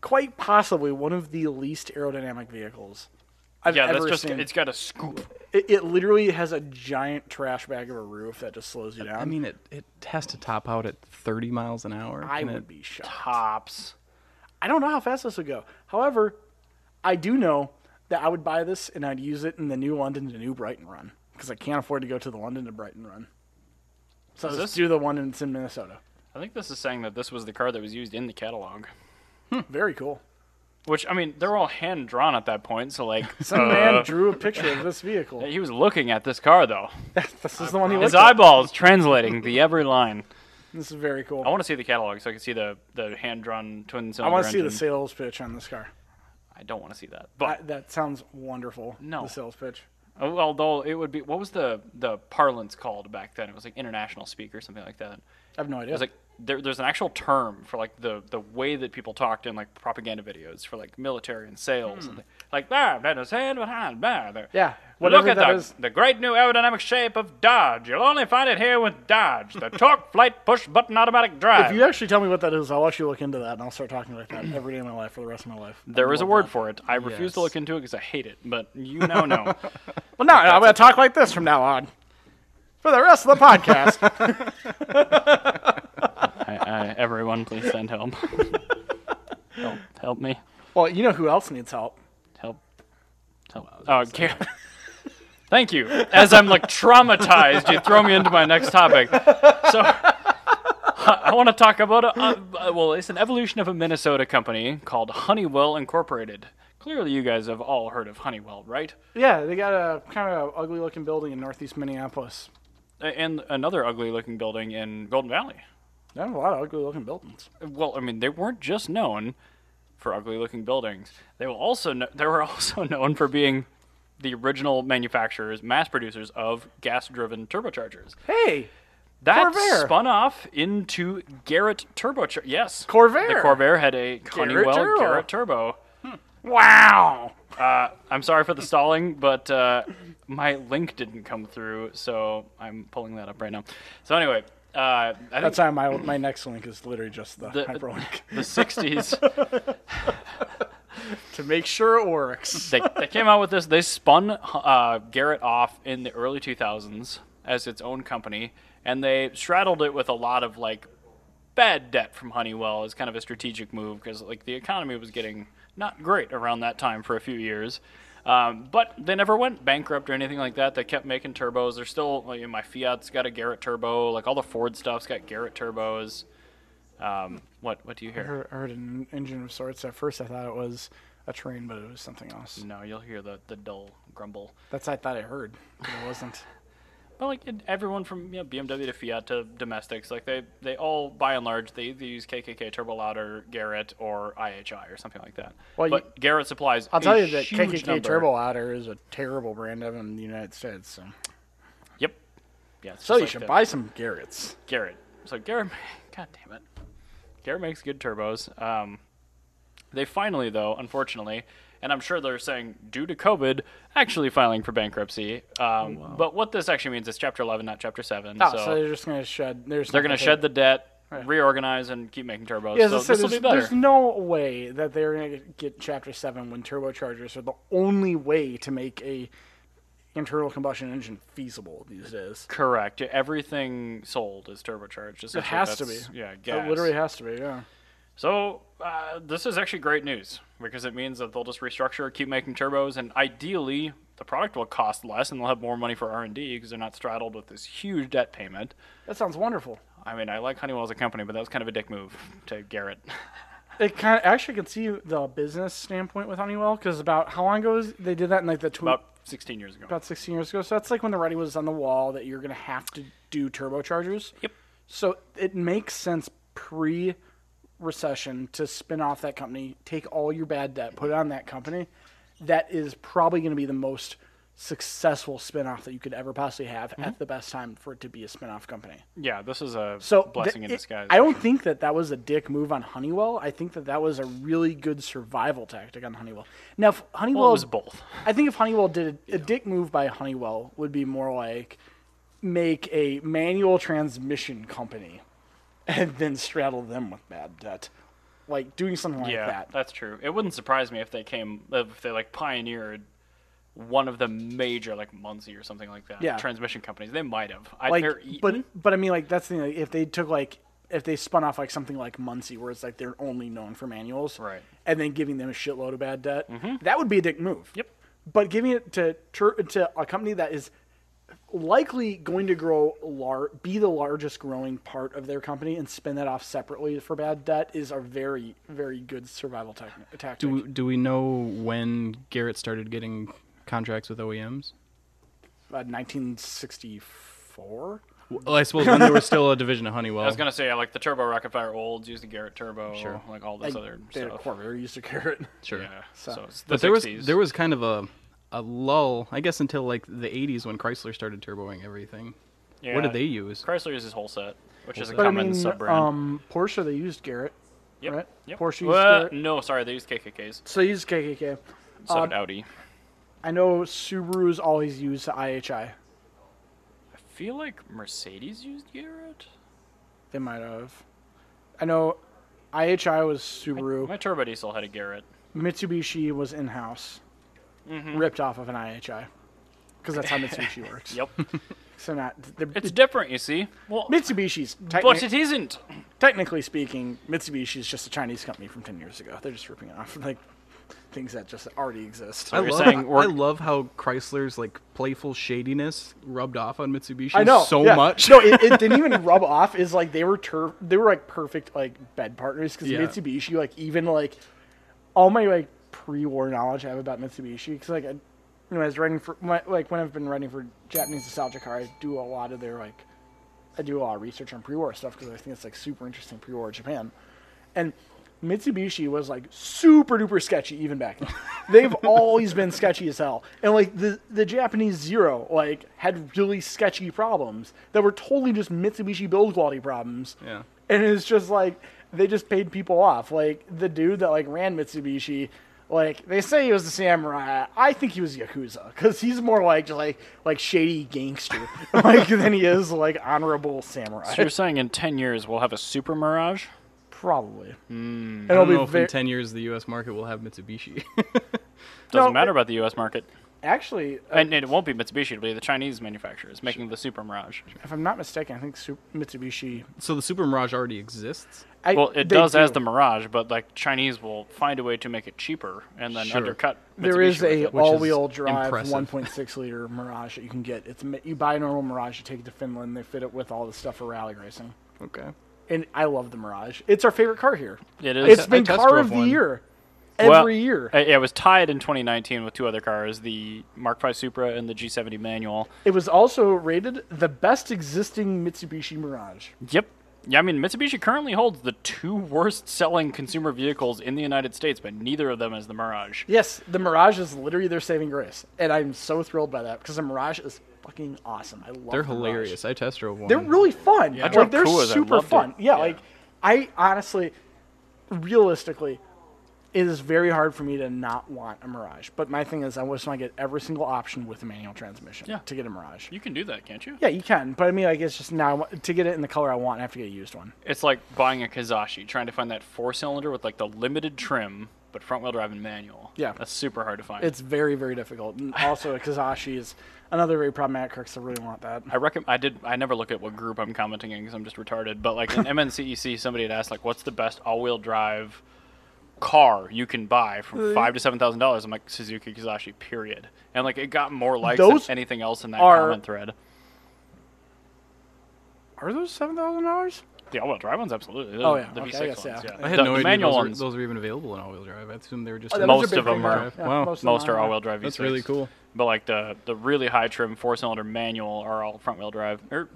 quite possibly one of the least aerodynamic vehicles I've
Yeah, that's
ever
just
seen.
it's got a scoop.
It, it literally has a giant trash bag of a roof that just slows you down.
I mean, it, it has to top out at 30 miles an hour.
I
and
would
it-
be shocked.
Hops.
I don't know how fast this would go. However, I do know that I would buy this and I'd use it in the new London to New Brighton run because I can't afford to go to the London to Brighton run. So
Is
let's
this-
do the one that's in Minnesota.
I think this is saying that this was the car that was used in the catalog.
Very cool.
Which I mean, they're all hand drawn at that point. So like,
Some
uh,
man drew a picture of this vehicle.
he was looking at this car though.
this is the one he
His
looked at.
eyeballs translating the every line.
This is very cool.
I want to see the catalog so I can see the the hand drawn twin cylinder.
I want to see the
engine.
sales pitch on this car.
I don't want to see that.
I,
But
that sounds wonderful.
No.
the sales pitch.
although it would be, what was the the parlance called back then? It was like international speak or something like that.
I have no idea.
It was like there, there's an actual term for like the the way that people talked in like propaganda videos for like military and sales and th- like there, that is hand behind there. there.
Hmm. Yeah,
Look
whatever
at
that
the,
is.
the great new aerodynamic shape of Dodge. You'll only find it here with Dodge, the torque flight push button automatic drive.
if you actually tell me what that is, I'll actually look into that and I'll start talking like that every day of my life for the rest of my life.
There is a word for it. I refuse to
Yes.
look into it because I hate it, but you now know.
Well, no, I'm going to talk like this from now on for the rest of the podcast.
I, I, everyone, please send help. help. Help me.
well, you know who else needs help?
Help. Help. oh, Gar- Thank you. As I'm like traumatized, you throw me into my next topic. So I, want to talk about a, uh, uh, well, it's an evolution of a Minnesota company called Honeywell Incorporated. Clearly, you guys have all heard of Honeywell, right?
Yeah, they got a kind of ugly looking building in northeast Minneapolis.
A- And another ugly-looking building in Golden Valley.
They have a lot of ugly looking buildings.
well, I mean, they weren't just known for ugly-looking buildings. They were also kno- they were also known for being the original manufacturers, mass producers of gas-driven turbochargers.
Hey,
That
Corvair.
spun off into Garrett turbocharger. Yes, The
Corvair.
Corvair had a Honeywell
Turbo.
Garrett Turbo.
wow.
Uh, I'm sorry for the stalling, but uh, my link didn't come through, so I'm pulling that up right now. So anyway, uh, I think
That's why my, my next link is literally just the,
the,
hyperlink
the 60s.
to make sure it works.
they, they came out with this. They spun uh, Garrett off in the early 2000s as its own company, and they straddled it with a lot of like bad debt from Honeywell as kind of a strategic move because like the economy was getting not great around that time for a few years. Um, but they never went bankrupt or anything like that. They kept making turbos. They're still like, my Fiat's got a Garrett turbo. Like all the Ford stuff's got Garrett turbos. Um, what what do you
I
hear?
heard, I heard an engine of sorts. At first, I thought it was a train, but it was something else.
No, you'll hear the the dull grumble.
That's what I thought I heard, but it wasn't.
But like it- everyone from you know, BMW to Fiat to domestics, like they they all by and large they either use KKK Turbo Louder, Garrett, or IHI or something like that.
Well,
but Garrett supplies.
I'll
a
tell you that
huge
KKK
number.
Turbo Outer is a terrible brand of in the United States. So,
Yep. Yeah. it's just
so you
like
should
the-
buy some Garrett's.
Garrett. So Garrett, god damn it, Garrett makes good turbos. Um, they finally, though, unfortunately, and I'm sure they're saying due to COVID, actually filing for bankruptcy. Um, But what this actually means is Chapter 11, not Chapter 7.
Oh,
so,
so, they're just gonna shed. There's
they're going to shed the debt,
Right.
reorganize, and keep making turbos.
Yeah, as I
so
said,
this will be
there's,
better.
there's no way that they're gonna get Chapter Seven when turbochargers are the only way to make a internal combustion engine feasible these days.
Correct. Everything sold is turbocharged.
It
essentially.
has to be.
That's- Yeah,
It
gas.
literally has to be. Yeah.
So uh, this is actually great news because it means that they'll just restructure, keep making turbos, and ideally the product will cost less, and they'll have more money for R and D because they're not straddled with this huge debt payment.
That sounds wonderful.
I mean, I like Honeywell as a company, but that was kind of a dick move to Garrett.
It kind of actually can see the business standpoint with Honeywell because about how long ago is, they did that in like the tw-
About 16 years ago.
about 16 years ago. So that's like when the writing was on the wall that you're going to have to do turbochargers.
Yep.
So it makes sense pre recession to spin off that company, take all your bad debt, put it on that company. That is probably going to be the most successful spin off that you could ever possibly have
Mm-hmm.
at the best time for it to be a spin off company.
Yeah, this is a
So th-
blessing in
it-
disguise.
I don't think that that was a dick move on Honeywell. I think that that was a really good survival tactic on Honeywell. Now, if Honeywell
Well, it was both.
I think if Honeywell did a, a dick move by Honeywell would be more like make a manual transmission company and then straddle them with bad debt. Like doing something like
yeah,
that.
that's true. It wouldn't surprise me if they came if they like pioneered one of the major like Muncie or something like that.
Yeah.
transmission companies. They might have. I,
Like
they're Eaton.
but but I mean like that's the thing like, if they took like if they spun off like something like Muncie where it's like they're only known for manuals.
Right. Mm-hmm.
And then giving them a shitload of bad debt. That would be a dick move.
Yep.
But giving it to tur- to a company that is likely going to grow lar- be the largest growing part of their company and spin that off separately for bad debt is a very very good survival tec- tactic.
Do do we know when Garrett started getting contracts with E OEMs?
uh, 1964.
Well, I suppose when they were still a division of
I was
Honeywell.
gonna say yeah, like the Turbo Rocket Fire Olds used the Garrett Turbo,
Sure.
like all this
Like,
other
they had a
stuff.
Corvair used to carry it.
Sure.
Yeah, so,
So-
it's the
But there was
60s.
there was kind of a a lull, I guess, until like the '80s when Chrysler started turboing everything.
yeah,
What did they use?
Chrysler uses whole set, which is a
But I
common
mean,
sub brand.
um, Porsche they used Garrett,
yep.
right?
Yep.
Porsche used
Well,
Garrett.
no, sorry, they used KKKs.
So they used KKK.
So
Um,
did Audi.
I know Subaru's always used IHI.
I feel like Mercedes used Garrett.
They might have. I know IHI was Subaru.
My turbo diesel had a Garrett.
Mitsubishi was in house,
Mm-hmm.
ripped off of an IHI, because that's how Mitsubishi works.
Yep,
So not they're,
it's different, you see. Well,
Mitsubishi's.
but
Techni-
it isn't.
technically speaking, Mitsubishi is just a Chinese company from ten years ago. They're just ripping off like things that just already exist.
I
you're
love,
saying we're-
I love how Chrysler's like playful shadiness rubbed off on Mitsubishi
I know
so
yeah.
much.
No, it, it didn't even rub off. Is like they were tur- they were like perfect like bed partners because
Yeah.
Mitsubishi like even like all my like pre-war knowledge I have about Mitsubishi because like I, when I was writing for my, like when I've been writing for Japanese nostalgia car I do a lot of their like I do a lot of research on pre-war stuff because I think it's like super interesting pre-war Japan and. Mitsubishi was like super duper sketchy even back then. They've always been sketchy as hell. And like the the Japanese Zero like had really sketchy problems that were totally just Mitsubishi build quality problems.
Yeah.
And it's just like they just paid people off. Like the dude that like ran Mitsubishi, like they say he was a samurai. I think he was yakuza because he's more like just like like shady gangster like than he is like honorable samurai.
So you're saying in ten years we'll have a Super Mirage?
Probably.
Hmm.
And
I
it'll
don't
be
know if
ve-
in ten years the U.S. market will have Mitsubishi.
Doesn't
No,
matter about the U.S. market.
Actually, uh,
And it won't be Mitsubishi. It'll be the Chinese manufacturers making the Super Mirage.
if I'm not mistaken, I think Su- Mitsubishi.
So the Super Mirage already exists.
I,
Well, it
they
does as
do.
the Mirage, but like Chinese will find a way to make it cheaper and then
Sure.
undercut.
There is
Mitsubishi with
a
it.
which is
all-wheel drive
impressive.
1.6 liter Mirage that you can get. It's ma- you buy a normal Mirage, you take it to Finland, they fit it with all the stuff for rally racing.
Okay.
And I love the Mirage. It's our favorite car here.
It is.
It's
I
been
test
car
drove
of
one.
the year every
Well, uh,
year.
It, it was tied in 2019 with two other cars, the Mark V Supra and the G70 Manual.
It was also rated the best existing Mitsubishi Mirage.
Yep. Yeah, I mean Mitsubishi currently holds the two worst-selling consumer vehicles in the United States, but neither of them is the Mirage.
Yes, the Mirage is literally their saving grace, and I'm so thrilled by that because the Mirage is fucking awesome. I love.
They're
the Mirage.
hilarious. I test drove one.
They're really fun.
I drove
Like they're
Kuas, I
super
loved it.
fun. Yeah,
Yeah.
like I honestly, realistically, it is very hard for me to not want a Mirage. But my thing is, I just want to get every single option with a manual transmission
Yeah.
to get a Mirage.
You can do that, can't you?
Yeah, you can, but I mean, like it's just now I want- to get it in the color I want, I have to get a used one.
It's like buying a Kazashi, trying to find that four-cylinder with like the limited trim, but front-wheel drive and manual.
Yeah.
that's super hard to find.
It's very, very difficult. And also, a Kazashi is another very problematic car because I really want that.
I reckon I did. I never look at what group I'm commenting in because I'm just retarded. But like in MNCEC, E somebody had asked like, "What's the best all-wheel drive car you can buy from five to seven thousand dollars?" I'm like Suzuki Kizashi, period. And like it got more likes
Those
than anything else in that
are-
comment thread.
Are those seven thousand dollars?
The all-wheel drive ones, absolutely. Those
Oh,
are
yeah.
the
Okay, I
V6
guess,
ones.
yeah.
Yeah,
I had
the,
no
the
idea
manual
those were,
ones.
those were even available in all-wheel drive. I assume they were just
Oh, that was
most
a big
of them
thing,
are.
yeah.
Wow.
most of
most
them
are all-wheel drive.
That's
V6s.
really cool.
But like the the really high trim four-cylinder manual are all front-wheel drive. Or,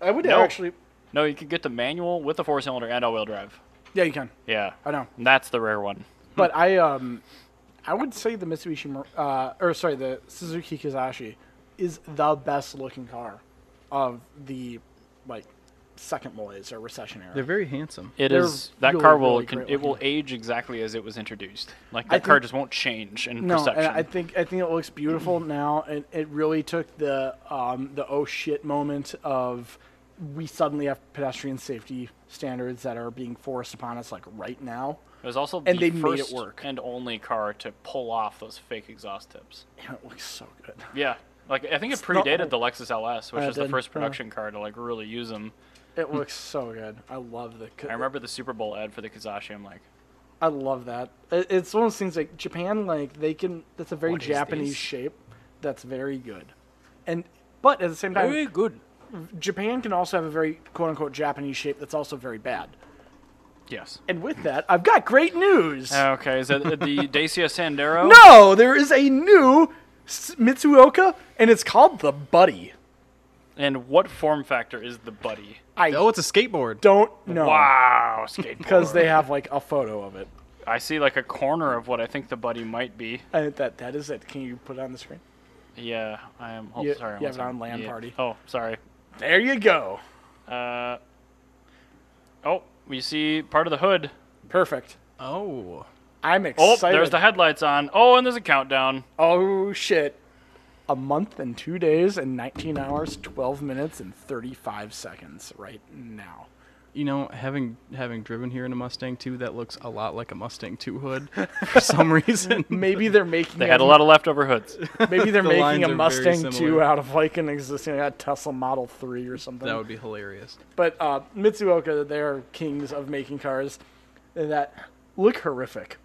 I would
No.
actually.
no, you could get the manual with the four-cylinder and all-wheel drive.
Yeah, you can.
Yeah,
I know.
And that's the rare one.
But I um, I would say the Mitsubishi, Mir- uh, or sorry, the Suzuki Kizashi is the best looking car of the like second malaise or recession era.
They're very handsome.
It
They're
is that
really,
car will
really
con-
great
it will
looking.
age exactly as it was introduced. Like
I
that car
think-
just won't change in
no, and
perception.
I think I think it looks beautiful now, and it really took the um, the oh shit moment of we suddenly have pedestrian safety standards that are being forced upon us like right now.
it was also the
and they made it
first
work.
and only car to pull off those fake exhaust tips.
And it looks so good.
Yeah, like I think it
not
predated the Lexus LS, which
Uh, it
is the
did,
first
yeah.
production car to like really use them.
It
Hmm.
looks so good. I love the.
I remember the Super Bowl ad for the Kazashi. I'm like,
I love that. It, it's one of those things like Japan, like they can. That's a very
What is
Japanese
this?
shape. That's very good, and but at the same time,
good.
Japan can also have a very quote unquote Japanese shape that's also very bad.
Yes.
And with that, I've got great news.
Okay, is that the Dacia Sandero?
no, there is a new S- Mitsuoka, and it's called the Buddy.
And what form factor is the Buddy?
I
Oh, it's a skateboard.
don't know
Wow, skateboard.
Oh. because they have like a photo of it.
I see like a corner of what I think the Buddy might be.
Uh, that that is it. Can you put it on the screen?
Yeah, I am. Oh,
You-
sorry.
you
one
have it on
second.
LAN
Yeah.
party.
Oh, sorry.
There you go.
Uh, oh, we see part of the hood.
Perfect.
Oh.
I'm
Oh,
excited.
there's the headlights on. Oh, and there's a countdown.
Oh shit. A month and two days and 19 hours, 12 minutes and 35 seconds right now.
You know, having having driven here in a Mustang 2, that looks a lot like a Mustang 2 hood for some reason.
Maybe they're making
They had a lot of leftover hoods.
maybe they're
the
making
lines
a
are very
Mustang 2
similar.
out of like an existing like a Tesla Model 3 or something.
that would be hilarious.
But uh, Mitsuoka, they're kings of making cars that look horrific,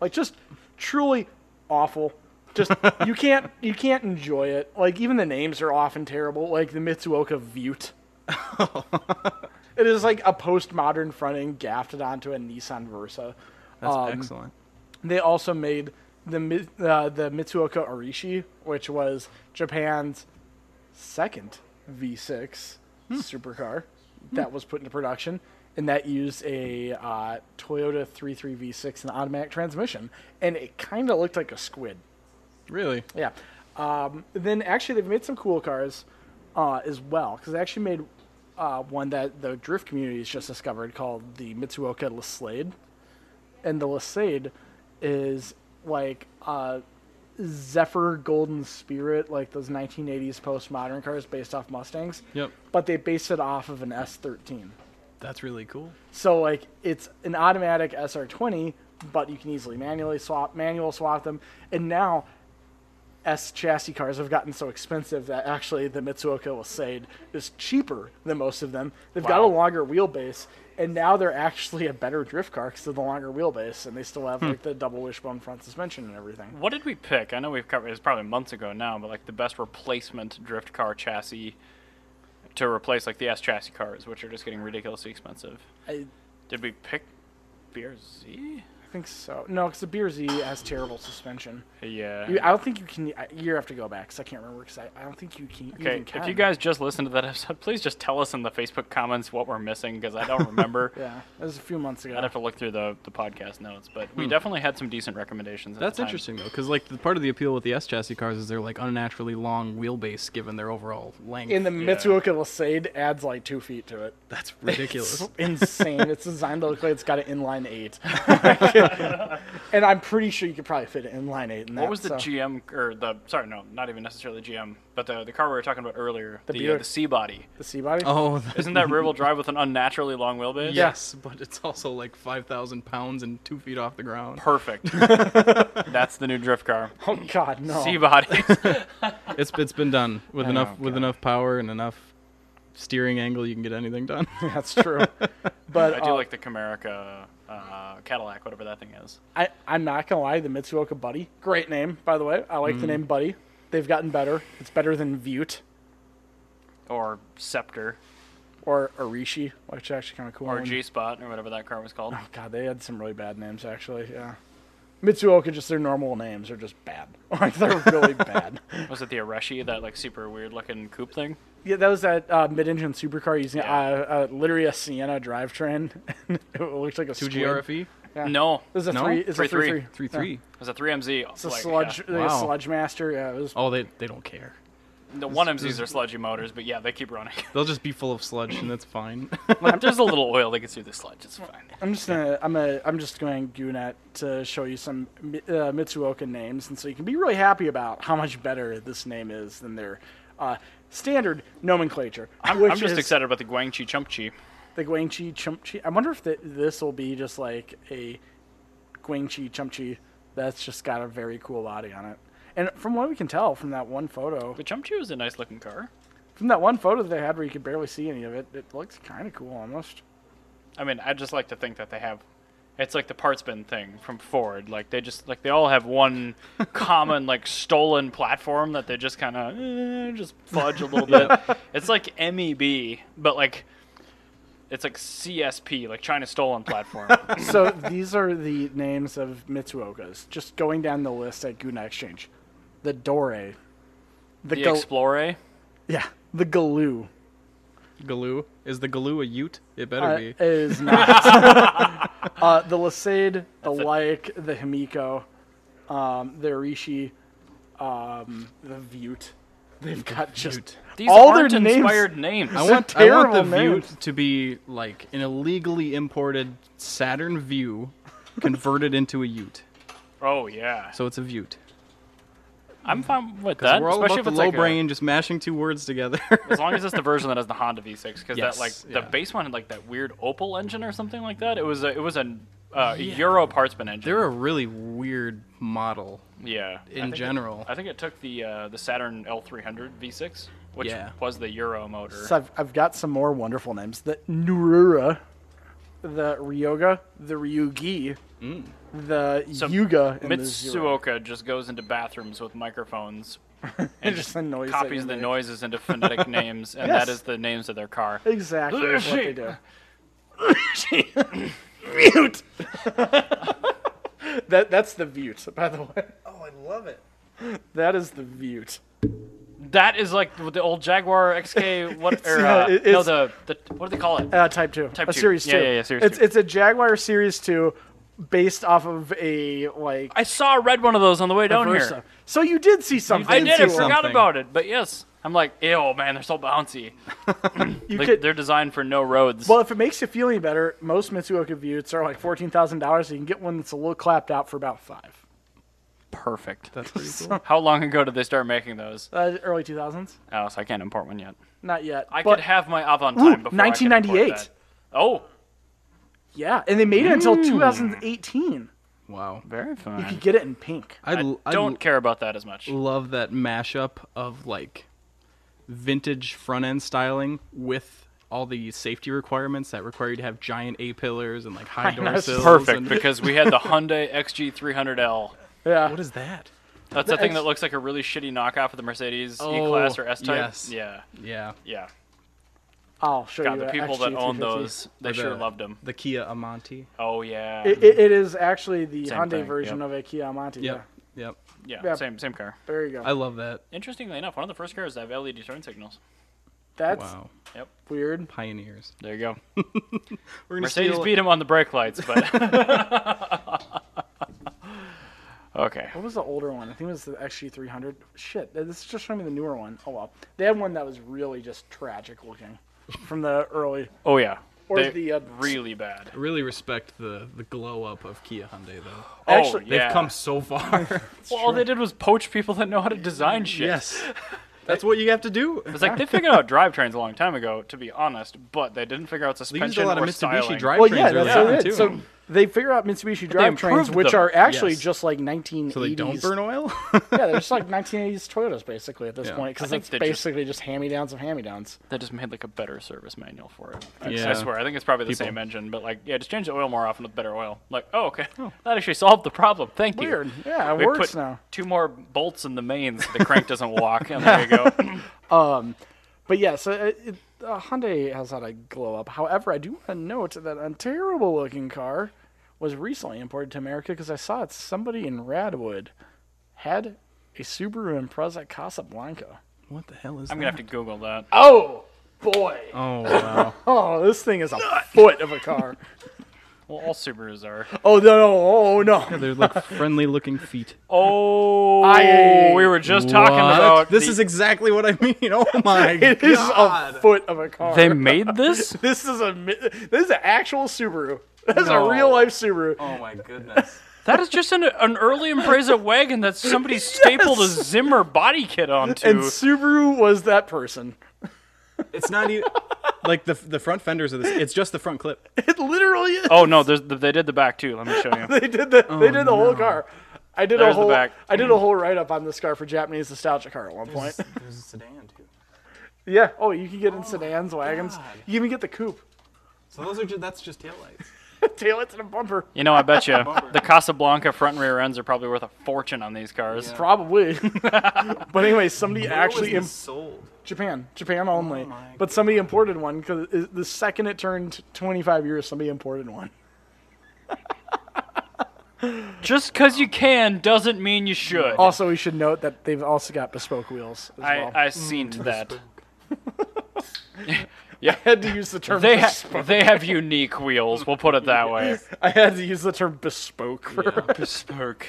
like just truly awful. Just you can't you can't enjoy it. Like even the names are often terrible. Like the Mitsuoka Vute. it is like a postmodern front end grafted onto a Nissan Versa.
That's
Um,
excellent.
They also made the Mi- uh, the Mitsuoka Arishi, which was Japan's second V6 supercar that was put into production, and that used a uh, Toyota 33 V6 and automatic transmission, and it kind of looked like a squid.
Really?
Yeah. Um, then actually, they've made some cool cars uh, as well because they actually made uh, one that the drift community has just discovered called the Mitsuoka Laslade, and the Laslade is like a Zephyr Golden Spirit, like those 1980s postmodern cars based off Mustangs.
Yep.
But they based it off of an S13.
That's really cool.
So like it's an automatic SR20, but you can easily manually swap manual swap them. And now S chassis cars have gotten so expensive that actually the Mitsuoka Lisade is cheaper than most of them. They've got a
Wow.
longer wheelbase, and now they're actually a better drift car because of the longer wheelbase, and they still
Hmm.
have like the double wishbone front suspension and everything.
What did we pick? I know we've covered it's probably months ago now, but like the best replacement drift car chassis to replace like the S chassis cars, which are just getting ridiculously expensive.
I
Did we pick BRZ?
think so. No, because the BRZ has terrible suspension.
Uh, Yeah.
You, I don't think you can. I- You have to go back because I can't remember. Because I, I don't think you can.
Okay,
even can.
if you guys just listened to that episode, please just tell us in the Facebook comments what we're missing because I don't remember.
Yeah, that was a few months ago.
I'd have to look through the, the podcast notes, but
Hmm.
we definitely had some decent recommendations. At
That's
the time.
interesting though, because like the part of the appeal with the S chassis cars is they're like unnaturally long wheelbase given their overall length.
In the
Yeah.
Mitsuoka Lisade adds like two feet to it.
that's
It's
ridiculous.
insane. it's designed to look like it's got an inline eight. and I'm pretty sure you could probably fit an inline eight in that.
What was the
so.
GM or the sorry, no, not even necessarily GM, but the the car we were talking about earlier, the uh,
Buick.
the C body.
The C body?
oh,
Isn't that rear wheel drive with an unnaturally long wheelbase?
yes? But it's also like five thousand pounds and two feet off the ground.
Perfect. That's the new drift car.
Oh, God, no.
C body.
It's it's been done with enough
know,
with
God.
enough power and enough steering angle. You can get anything done.
That's true. But
I do
uh,
like the Camarica uh, Cadillac, whatever that thing is.
I, I'm not going to lie. The Mitsuoka Buddy. Great name, by the way. I like
Mm.
the name Buddy. They've gotten better. It's better than Vute
Or Scepter.
or Arishi, which is actually kind of cool.
Or
And-
G Spot or whatever that car was called.
God, they had some really bad names, actually. Yeah. Mitsuoka, just their normal names are just bad. Like, they're really bad.
Was it the Areshi, that like super weird looking coupe thing?
Yeah, that was that uh, mid-engine supercar using
Yeah.
uh, uh, literally a Sienna drivetrain. it looked like a
Two
squid.
GRFE
Yeah.
No. It
This is a
E? No?
three. It's a
Three-three.
three. three.
three
Yeah.
three.
was a 3MZ.
It's a sludge.
Yeah.
like a
Wow.
sludge master. Yeah, it was.
Oh, they they don't care.
The 1MZs are sludgy motors, but yeah, they keep running.
They'll just be full of sludge and that's fine.
Like, there's a little oil that gets through the sludge. It's fine.
I'm just gonna. I'm a. I'm just going Gunet to show you some Mi- uh, Mitsuoka names, and so you can be really happy about how much better this name is than their uh, standard nomenclature.
I'm,
which
I'm just
is
excited about the Guangxi Chumpchi.
The Guangxi Chumchi. I wonder if th this will be just like a Guangxi Chumchi that's just got a very cool body on it. And from what we can tell from that one photo,
The Chumpchi was a nice looking car.
from that one photo that they had where you could barely see any of it, it looks kind of cool almost.
I mean, I just like to think that they have. It's like the parts bin thing from Ford. Like they just like they all have one common like stolen platform that they just kind of eh, just fudge a little bit. It's like MEB, but like it's like CSP, like China stolen platform.
so these are the names of Mitsuokas. Just going down the list at Guna Exchange, the Dore, the,
the
Gal-
Explorer.
yeah, the Galoo.
Galoo is the Galoo a Ute? It better
Uh,
be.
is not. uh, the Lisade, the Like, the Himiko, um, the Rishi, um, the Vute. They've got just
These
all
aren't
their names.
inspired names.
I want,
They're
I want
terrible
the View
names.
to be like an illegally imported Saturn View converted into a Ute.
oh yeah,
So it's a Ute.
I'm fine with
'Cause
that.
we're all
especially
about
if
the
it's
low
like a-
brain, just mashing two words together.
as long as it's the version that has the Honda V6, because
Yes,
that like
yeah.
the base one had like that weird Opel engine or something like that. It was a it was a uh, Euro parts bin engine.
They're a really weird model
yeah. I
in
think it-
general.
I think it took the uh, the Saturn L300 V6, which
Yeah.
was the Euro motor.
So I've, I've got some more wonderful names. The Nurura, the Ryoga, the Ryugi, the
So,
Yuga, and the Zero.
Mitsuoka just goes into bathrooms with microphones
It
and
just
just
the noise that
copies
you
the
make.
noises into phonetic names, and
Yes.
that is the names of their car.
Exactly that's what they
Rishi.
do. Mute. that that's the Vute, by the way.
Oh, I love it.
That is the Vute.
That is like with the old Jaguar XK. What or,
yeah,
uh,
it-
no
it's-
the, the what do they call it?
Uh, type two.
Type
a
two.
Series
Yeah,
two.
yeah, yeah, Series
it's
two.
it's a Jaguar Series two, based off of a like
I saw I read one of those on the way down
Versa.
here.
So you did see something.
I did. I
too.
forgot
something.
about it. But yes, I'm like, ew, man, they're so bouncy.
You
Like,
could-
they're designed for no roads.
Well, if it makes you feel any better, most Mitsuoka Vutes are like fourteen thousand dollars. You can get one that's a little clapped out for about five.
Perfect.
That's pretty cool.
How long ago did they start making those?
Uh, early two thousands?
Oh, so I can't import one yet.
Not yet.
I
but
could have my Avant
Ooh,
time before 1998.
1998.
Oh, Hmm.
yeah, and they made it until two thousand eighteen.
Wow.
Very
You
fun.
could get it in pink.
I
l- I
don't
l-
care about that as much.
love that mashup of like vintage front end styling with all the safety requirements that require you to have giant A pillars and like high door
that's
sills.
Perfect
and-
because we had the Hyundai XG300L.
Yeah.
what is that?
That's the, thing
X-
that looks like a really shitty knockoff of the Mercedes
Oh,
E-Class or S-Type.
yes.
Yeah,
Yeah.
yeah.
I'll show
God,
you.
the
a
people that own
XG350.
those, they
Or
sure
the-
loved them.
The Kia Amante.
Oh yeah,
It, it, it is actually the
Same
Hyundai
thing,
version
yep.
of a Kia Monte.
Yep.
Yeah.
Yep.
yeah,
yeah.
Same same car.
There you go.
I love that.
Interestingly enough, one of the first cars to have LED turn signals.
That's
wow.
Yep.
weird.
Pioneers.
There you go.
We're gonna
Mercedes
steal-
beat him on the brake lights, but. okay.
What was the older one? I think it was the XG300. Shit, this is just showing me the newer one. Oh well, they had one that was really just tragic looking, from the early.
Oh yeah.
Or
They-
the, uh,
really bad.
I really respect the the glow up of Kia Hyundai though.
Actually,
oh,
They've
yeah.
come so far.
Well, all they did was poach people that know how to design shit.
yes. That's what you have to do.
It's like they figured out drivetrains a long time ago, to be honest, but they didn't figure out
Leaves
suspension
a lot of
or
Mitsubishi
styling.
drivetrains
Well, yeah,
early
that's what
on,
it
too.
is. So they figure out Mitsubishi
they
drivetrains,
improved
which
them.
are actually
Yes.
just like 1980s.
So they don't burn oil?
yeah, they're just like 1980s Toyotas basically at this
Yeah.
point because
I think
it's
they just-
basically just hand-me-downs of hand-me-downs.
They just made like a better service manual for it. I- I
Yeah.
swear, I think it's probably the
People.
same engine, but like, yeah, just change the oil more often with better oil. Like, oh, okay, that actually solved the problem. Thank you.
Weird. Yeah, it
We
works
put
now.
two more bolts in the mains. so The crank doesn't walk, and there you go.
But yeah, so it, it, uh, Hyundai has had a glow up. However, I do want to note that a terrible looking car was recently imported to America because I saw it. Somebody in Radwood had a Subaru Impreza Casablanca.
what the hell is
I'm gonna have to Google that.
Oh boy!
Oh wow.
Oh, this thing is a foot of a car.
Well, all Subarus are.
Oh no! Oh no!
They're like friendly looking feet.
Oh,
I-
we were just talking
What?
about
This
the-
is exactly what I mean. Oh my
It is a
god.
foot of a car.
They made this.
this is a mi- this is an actual Subaru. This is
No.
a real life Subaru.
Oh my goodness.
That is just an, an early Impreza wagon that somebody stapled a Zimmer body kit onto.
And Subaru was that person.
It's not even like the the front fenders of this. It's just the front clip.
It literally is.
oh no, there's, they did the back too. Let me show you.
they did the they did the whole car. I did
Oh, There's the
a whole
back.
I did a whole write up on this car for Japanese nostalgia car at one point.
a sedan too.
yeah. Oh, you can get in sedans, wagons.
God.
You can even get the coupe,
So those are just that's just taillights.
taillights and a bumper.
You know, I bet you the Casablanca front and rear ends are probably worth a fortune on these cars.
Yeah.
Probably. but anyway, somebody actually
Actually
in
sold.
Japan, Japan
Oh,
only.
my
but somebody imported one because the second it turned 25 years, somebody imported one.
Just because you can doesn't mean you should.
Also, we should note that they've also got bespoke wheels as
I,
Oh, well.
I seen to that. yeah,
had to use the term.
they ha-
bespoke.
they have unique wheels. We'll put it that way.
I had to use the term bespoke. For,
Bespoke.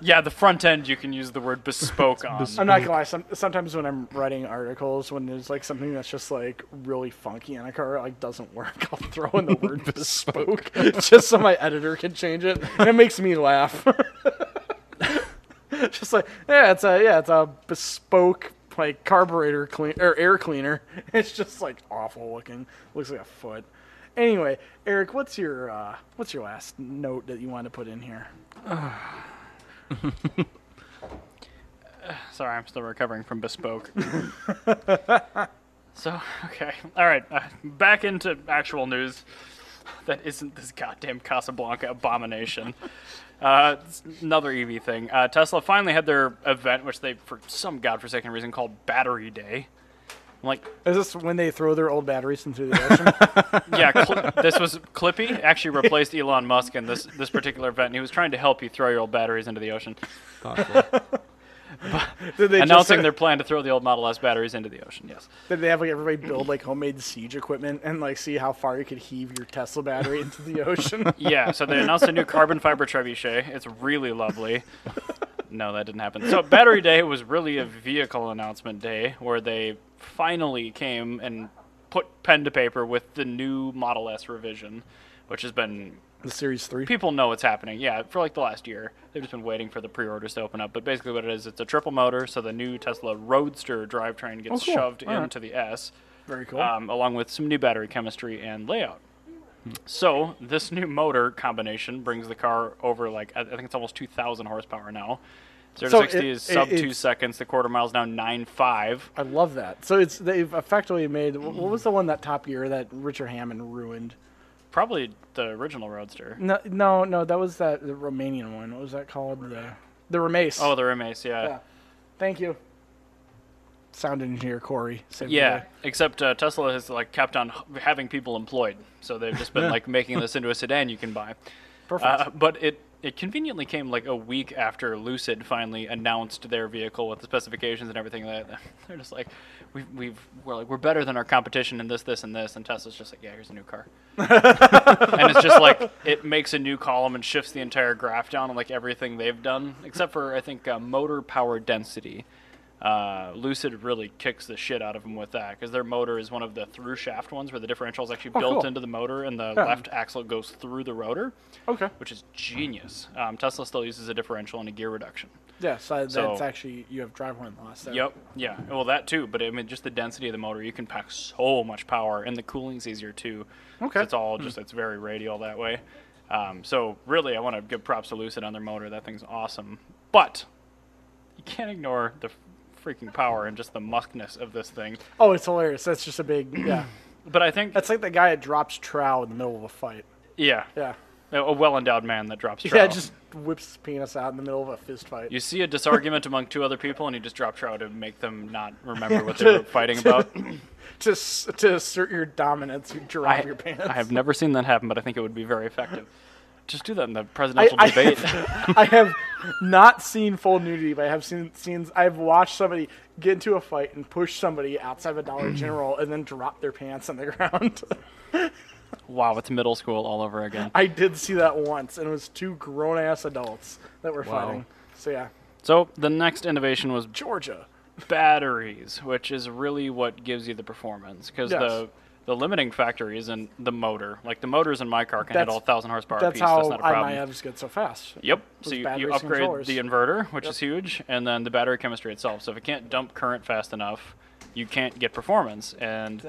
Yeah, the front end you can use the word bespoke on.
I'm not gonna lie. Some, sometimes when I'm writing articles, when there's like something that's just like really funky in a car, it, like doesn't work, I'll throw in the word bespoke just so my editor can change it, and it makes me laugh. just like yeah, it's a yeah, it's a bespoke like carburetor clean or air cleaner. It's just like awful looking. Looks like a foot. Anyway, Eric, what's your uh, what's your last note that you want to put in here?
Sorry, I'm still recovering from bespoke. so, okay. All right. Uh, back into actual news that isn't this goddamn Casablanca abomination. Uh, it's another EV thing. Uh, Tesla finally had their event, which they, for some godforsaken reason, called Battery Day. I'm like,
Is this when they throw their old batteries into the ocean?
yeah, Cl- this was Clippy actually replaced Elon Musk in this this particular event, and he was trying to help you throw your old batteries into the ocean,
Did they
announcing
just,
their plan to throw the old Model S batteries into the ocean. Yes.
Did they have like everybody build like homemade siege equipment and like see how far you could heave your Tesla battery into the ocean?
Yeah, so they announced a new carbon fiber trebuchet. It's really lovely. No, that didn't happen. So Battery Day was really a vehicle announcement day where they finally came and put pen to paper with the new Model S revision, which has been
the Series Three.
people know it's happening. Yeah, for like the last year, they've just been waiting for the pre-orders to open up. But basically, what it is, it's a triple motor, so the new Tesla Roadster drivetrain gets
Oh, cool.
shoved
All right.
into the S,
Very cool.
um, along with some new battery chemistry and layout. So this new motor combination brings the car over like I I think it's almost 2,000 horsepower now. Zero
So
to sixty
it-
is sub
it-
two
it's-
seconds. The quarter mile's now nine five.
I love that. So it's they've effectively made wh- what was the one that Top Gear that Richard Hammond ruined?
Probably the original Roadster.
No, no, no. That was that the Romanian one. What was that called? The the Remace.
Oh, the Remace,
yeah.
yeah.
Thank you. Sound engineer Corey. saved the
Yeah,
day.
except uh, Tesla has like kept on h- having people employed, so they've just been like making this into a sedan you can buy.
Perfect.
Uh, but it it conveniently came like a week after Lucid finally announced their vehicle with the specifications and everything. That they're just like, we've, we've we're like we're better than our competition in this, this, and this. And Tesla's just like, yeah, here's a new car, and it's just like it makes a new column and shifts the entire graph down on like everything they've done except for I think uh, motor power density. Uh, Lucid really kicks the shit out of them with that because their motor is one of the through shaft ones where the differential is actually
Oh,
built
cool.
into the motor and the
Yeah.
left axle goes through the rotor
okay.
which is genius. Um, Tesla still uses a differential and a gear reduction.
Yeah. So,
So-
that's actually you have driveline loss. There.
Yep. Yeah. Well, that too. But I mean, just the density of the motor, you can pack so much power, and the cooling's easier too. 'cause
Okay. Hmm.
It's all just it's very radial that way. Um, so really, I want to give props to Lucid on their motor. That thing's awesome. But you can't ignore the freaking power and just the muskness of this thing.
Oh, it's hilarious. That's just a big yeah.
But I think
That's like the guy that drops trow in the middle of a fight.
yeah,
Yeah.
a- a well endowed man that drops.
Yeah,
trow.
just whips his penis out in the middle of a fist fight.
You see a disargument among two other people, and you just drop trow to make them not remember what they were fighting about.
to s- to assert your dominance, you drop your pants.
I have never seen that happen, but I think it would be very effective. Just do that in the
I,
presidential
I
debate.
have, I have not seen full nudity, but I have seen scenes. I've watched somebody get into a fight and push somebody outside of a Dollar General and then drop their pants on the ground.
wow, it's middle school all over again.
I did see that once, and it was two grown ass adults that were
Wow.
fighting. So yeah,
So the next innovation was
Georgia.
batteries, which is really what gives you the performance because
Yes.
the the limiting factor isn't the motor. Like the motors in my car can
That's-
handle a thousand horsepower
That's
piece.
how
that's not a
I my
problem.
abs get so fast.
Yep.
Those
So you, you
batteries and
upgrade
controllers.
the inverter, which is huge, and then the battery chemistry itself. So if it can't dump current fast enough, you can't get performance. And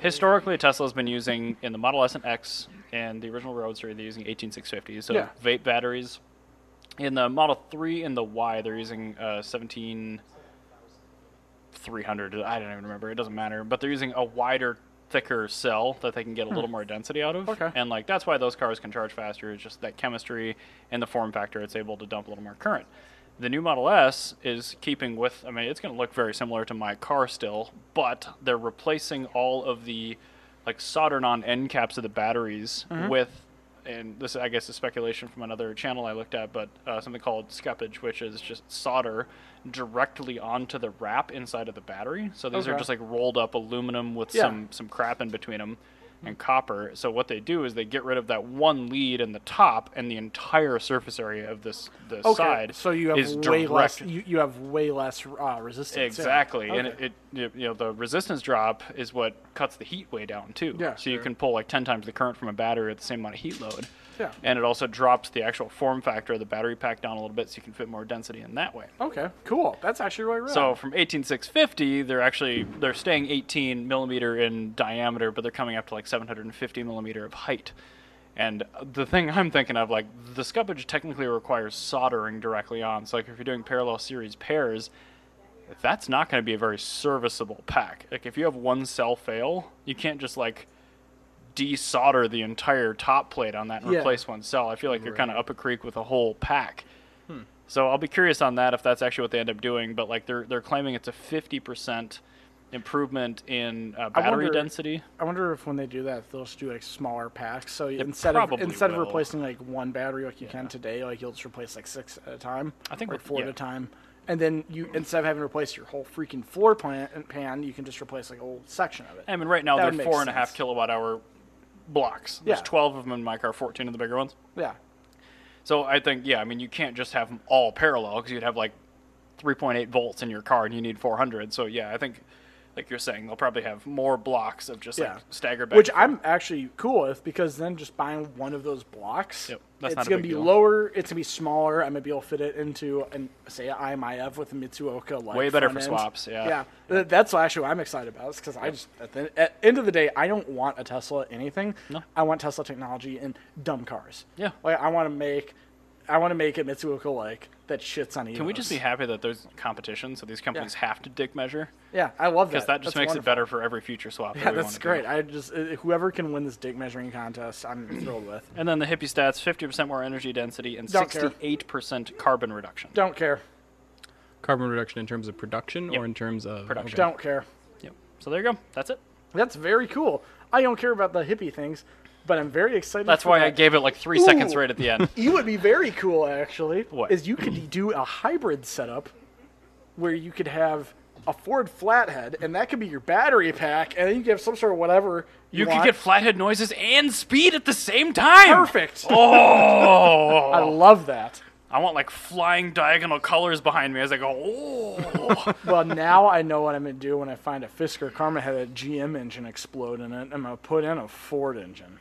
historically, Tesla's been using in the Model S and X and the original Roadster, they're using 18650s. So
Yeah.
vape batteries. In the Model 3 and the Y, they're using uh, 17. 300 i don't even remember it doesn't matter but they're using a wider thicker cell that they can get a little more density out of
Okay.
and like that's why those cars can charge faster is just that chemistry and the form factor it's able to dump a little more current the new model s is keeping with i mean it's going to look very similar to my car still but they're replacing all of the like soldered on end caps of the batteries with and this I guess is speculation from another channel I looked at, but uh, something called skeppage, which is just solder directly onto the wrap inside of the battery. So these are
Okay.
just like rolled up aluminum with
Yeah. Hmm.
some some crap in between them and copper. So what they do is they get rid of that one lead in the top and the entire surface area of this the
Okay,
side.
so you have
is
way
direct
less. You, you have way less uh, resistance. yeah.
Exactly, and
Okay.
it, it you know the resistance drop is what cuts the heat way down too.
Yeah,
so you
sure.
can pull like ten times the current from a battery at the same amount of heat load.
Yeah.
and it also drops the actual form factor of the battery pack down a little bit, so you can fit more density in that way.
Okay, cool. That's actually really rad.
So from 18650, they're actually they're staying 18 millimeter in diameter, but they're coming up to like 750 millimeter of height. And the thing I'm thinking of, like the scuppage technically requires soldering directly on. So like if you're doing parallel series pairs, that's not going to be a very serviceable pack. Like if you have one cell fail, you can't just like desolder the entire top plate on that and
Yeah.
replace one cell. I feel like you're kind of up a creek with a whole pack. So I'll be curious on that if that's actually what they end up doing. But like they're they're claiming it's a fifty percent improvement in uh, battery
wonder-
density.
I wonder if when they do that, they'll just do like smaller packs. So instead of
probably
instead
will.
of replacing like one battery like you can today, like you'll just replace like six at a time.
I think
or
with-
four
yeah.
at a time, and then you instead of having to replace your whole freaking floor plan and pan, you can just replace like a whole section of it.
I mean, right now
That would
they're
make
four and a half
sense.
kilowatt hour blocks. There's
Yeah.
twelve of them in my car, fourteen of the bigger ones.
yeah,
So I think yeah, I mean you can't just have them all parallel because you'd have like 3.8 volts in your car and you need 400. So yeah, I think like you're saying, they'll probably have more blocks of just
Yeah.
like stagger back.
Which
and forth.
I'm actually cool with because then just buying one of those blocks,
Yep, that's
it's
not a
gonna
big
be
deal.
lower. It's gonna be smaller. I'm gonna be able to fit it into an say a IMIF with a Mitsuoka. Like,
Way better
front
for
end.
swaps, yeah.
yeah. Th- That's actually what I'm excited about. Is because I just at the at end of the day, I don't want a Tesla anything.
No.
I want Tesla technology and dumb cars.
Yeah.
like I want to make, I want to make a Mitsuoka like that shits on. E
Can we just be happy that there's competition, so these companies have to dick measure?
Yeah, I love that.
Because that just
That's
makes
wonderful.
it better for every future swap. that
Yeah,
we
that's
wanna do.
great. I just uh, whoever can win this dick measuring contest, I'm thrilled with.
And then the hippie stats: fifty percent more energy density and
Don't care.
sixty-eight percent carbon reduction.
Don't care.
Carbon reduction in terms of production
Yep.
or in terms of
Production.
okay.
Don't care.
Yep. So there you go. That's it.
That's very cool. I don't care about the hippie things, but I'm very excited.
That's
for
why I
that.
gave it like three seconds
Ooh.
right at the end.
You would be very cool, actually.
What?
is you could do a hybrid setup where you could have a Ford Flathead, and that could be your battery pack, and then you could have some sort of whatever you,
You could
want.
get flathead noises and speed at the same time.
perfect.
Oh,
I love that.
I want like flying diagonal colors behind me as I go. Oh,
Well, now I know what I'm gonna do when I find a Fisker Karma had a GM engine explode in it. I'm gonna put in a Ford engine.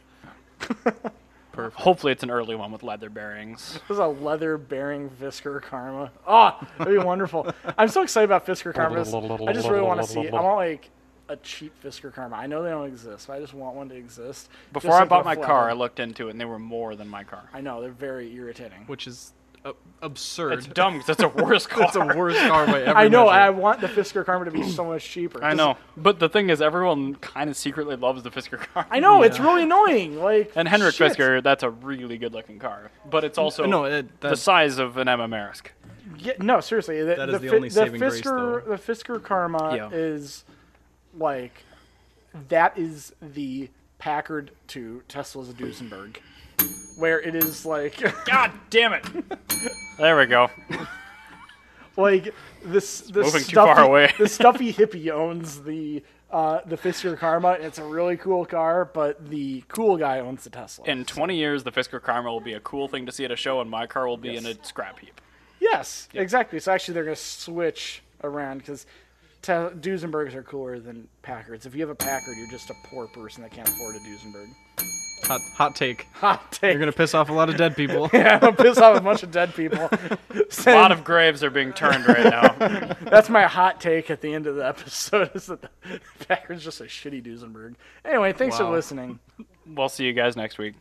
hopefully it's an early one with leather bearings.
This is a leather bearing uh, Fisker Karma. Oh, that'd be wonderful. I'm so excited about Fisker Karmas. I just really want to see. I want like a cheap Fisker Karma. I know they don't exist, but I just want one to exist. Just
Before I
like
bought
the
my
Flathead.
car, I looked into it, and they were more than my car.
I know they're very irritating.
which is uh, absurd.
It's dumb because it's a worse car.
It's the worst car by every
I know.
measure.
I want the Fisker Karma to be so much cheaper.
I know, but the thing is, everyone kind of secretly loves the Fisker car.
I know. It's really annoying. Like
And Henrik
shit.
Fisker, that's a really good-looking car, but it's also
no, it,
the
that,
size of an MMRisk.
Yeah, no, seriously. The,
That is the
Fi-
only saving grace,
Fisker, the
though.
Fisker Karma
Yeah.
is like that is the Packard to Tesla's Duesenberg, where it is like
God damn it! there we go.
like this the
moving
stuffy,
too far away.
the stuffy hippie owns the uh, the Fisker Karma. and It's a really cool car, but the cool guy owns the Tesla.
In 20 years, the Fisker Karma will be a cool thing to see at a show, and my car will be in
Yes.
a scrap heap.
yes, exactly. So actually, they're gonna switch around because. Te- Duesenbergs are cooler than Packards. If you have a Packard, you're just a poor person that can't afford a Duesenberg.
hot, hot take.
hot take.
You're gonna piss off a lot of dead people.
I'm gonna piss off a bunch of dead people.
A
Saying-
lot of graves are being turned right now.
that's my hot take at the end of the episode is that the Packers just a shitty Duesenberg. Anyway, thanks for
Wow.
listening.
we'll see you guys next week.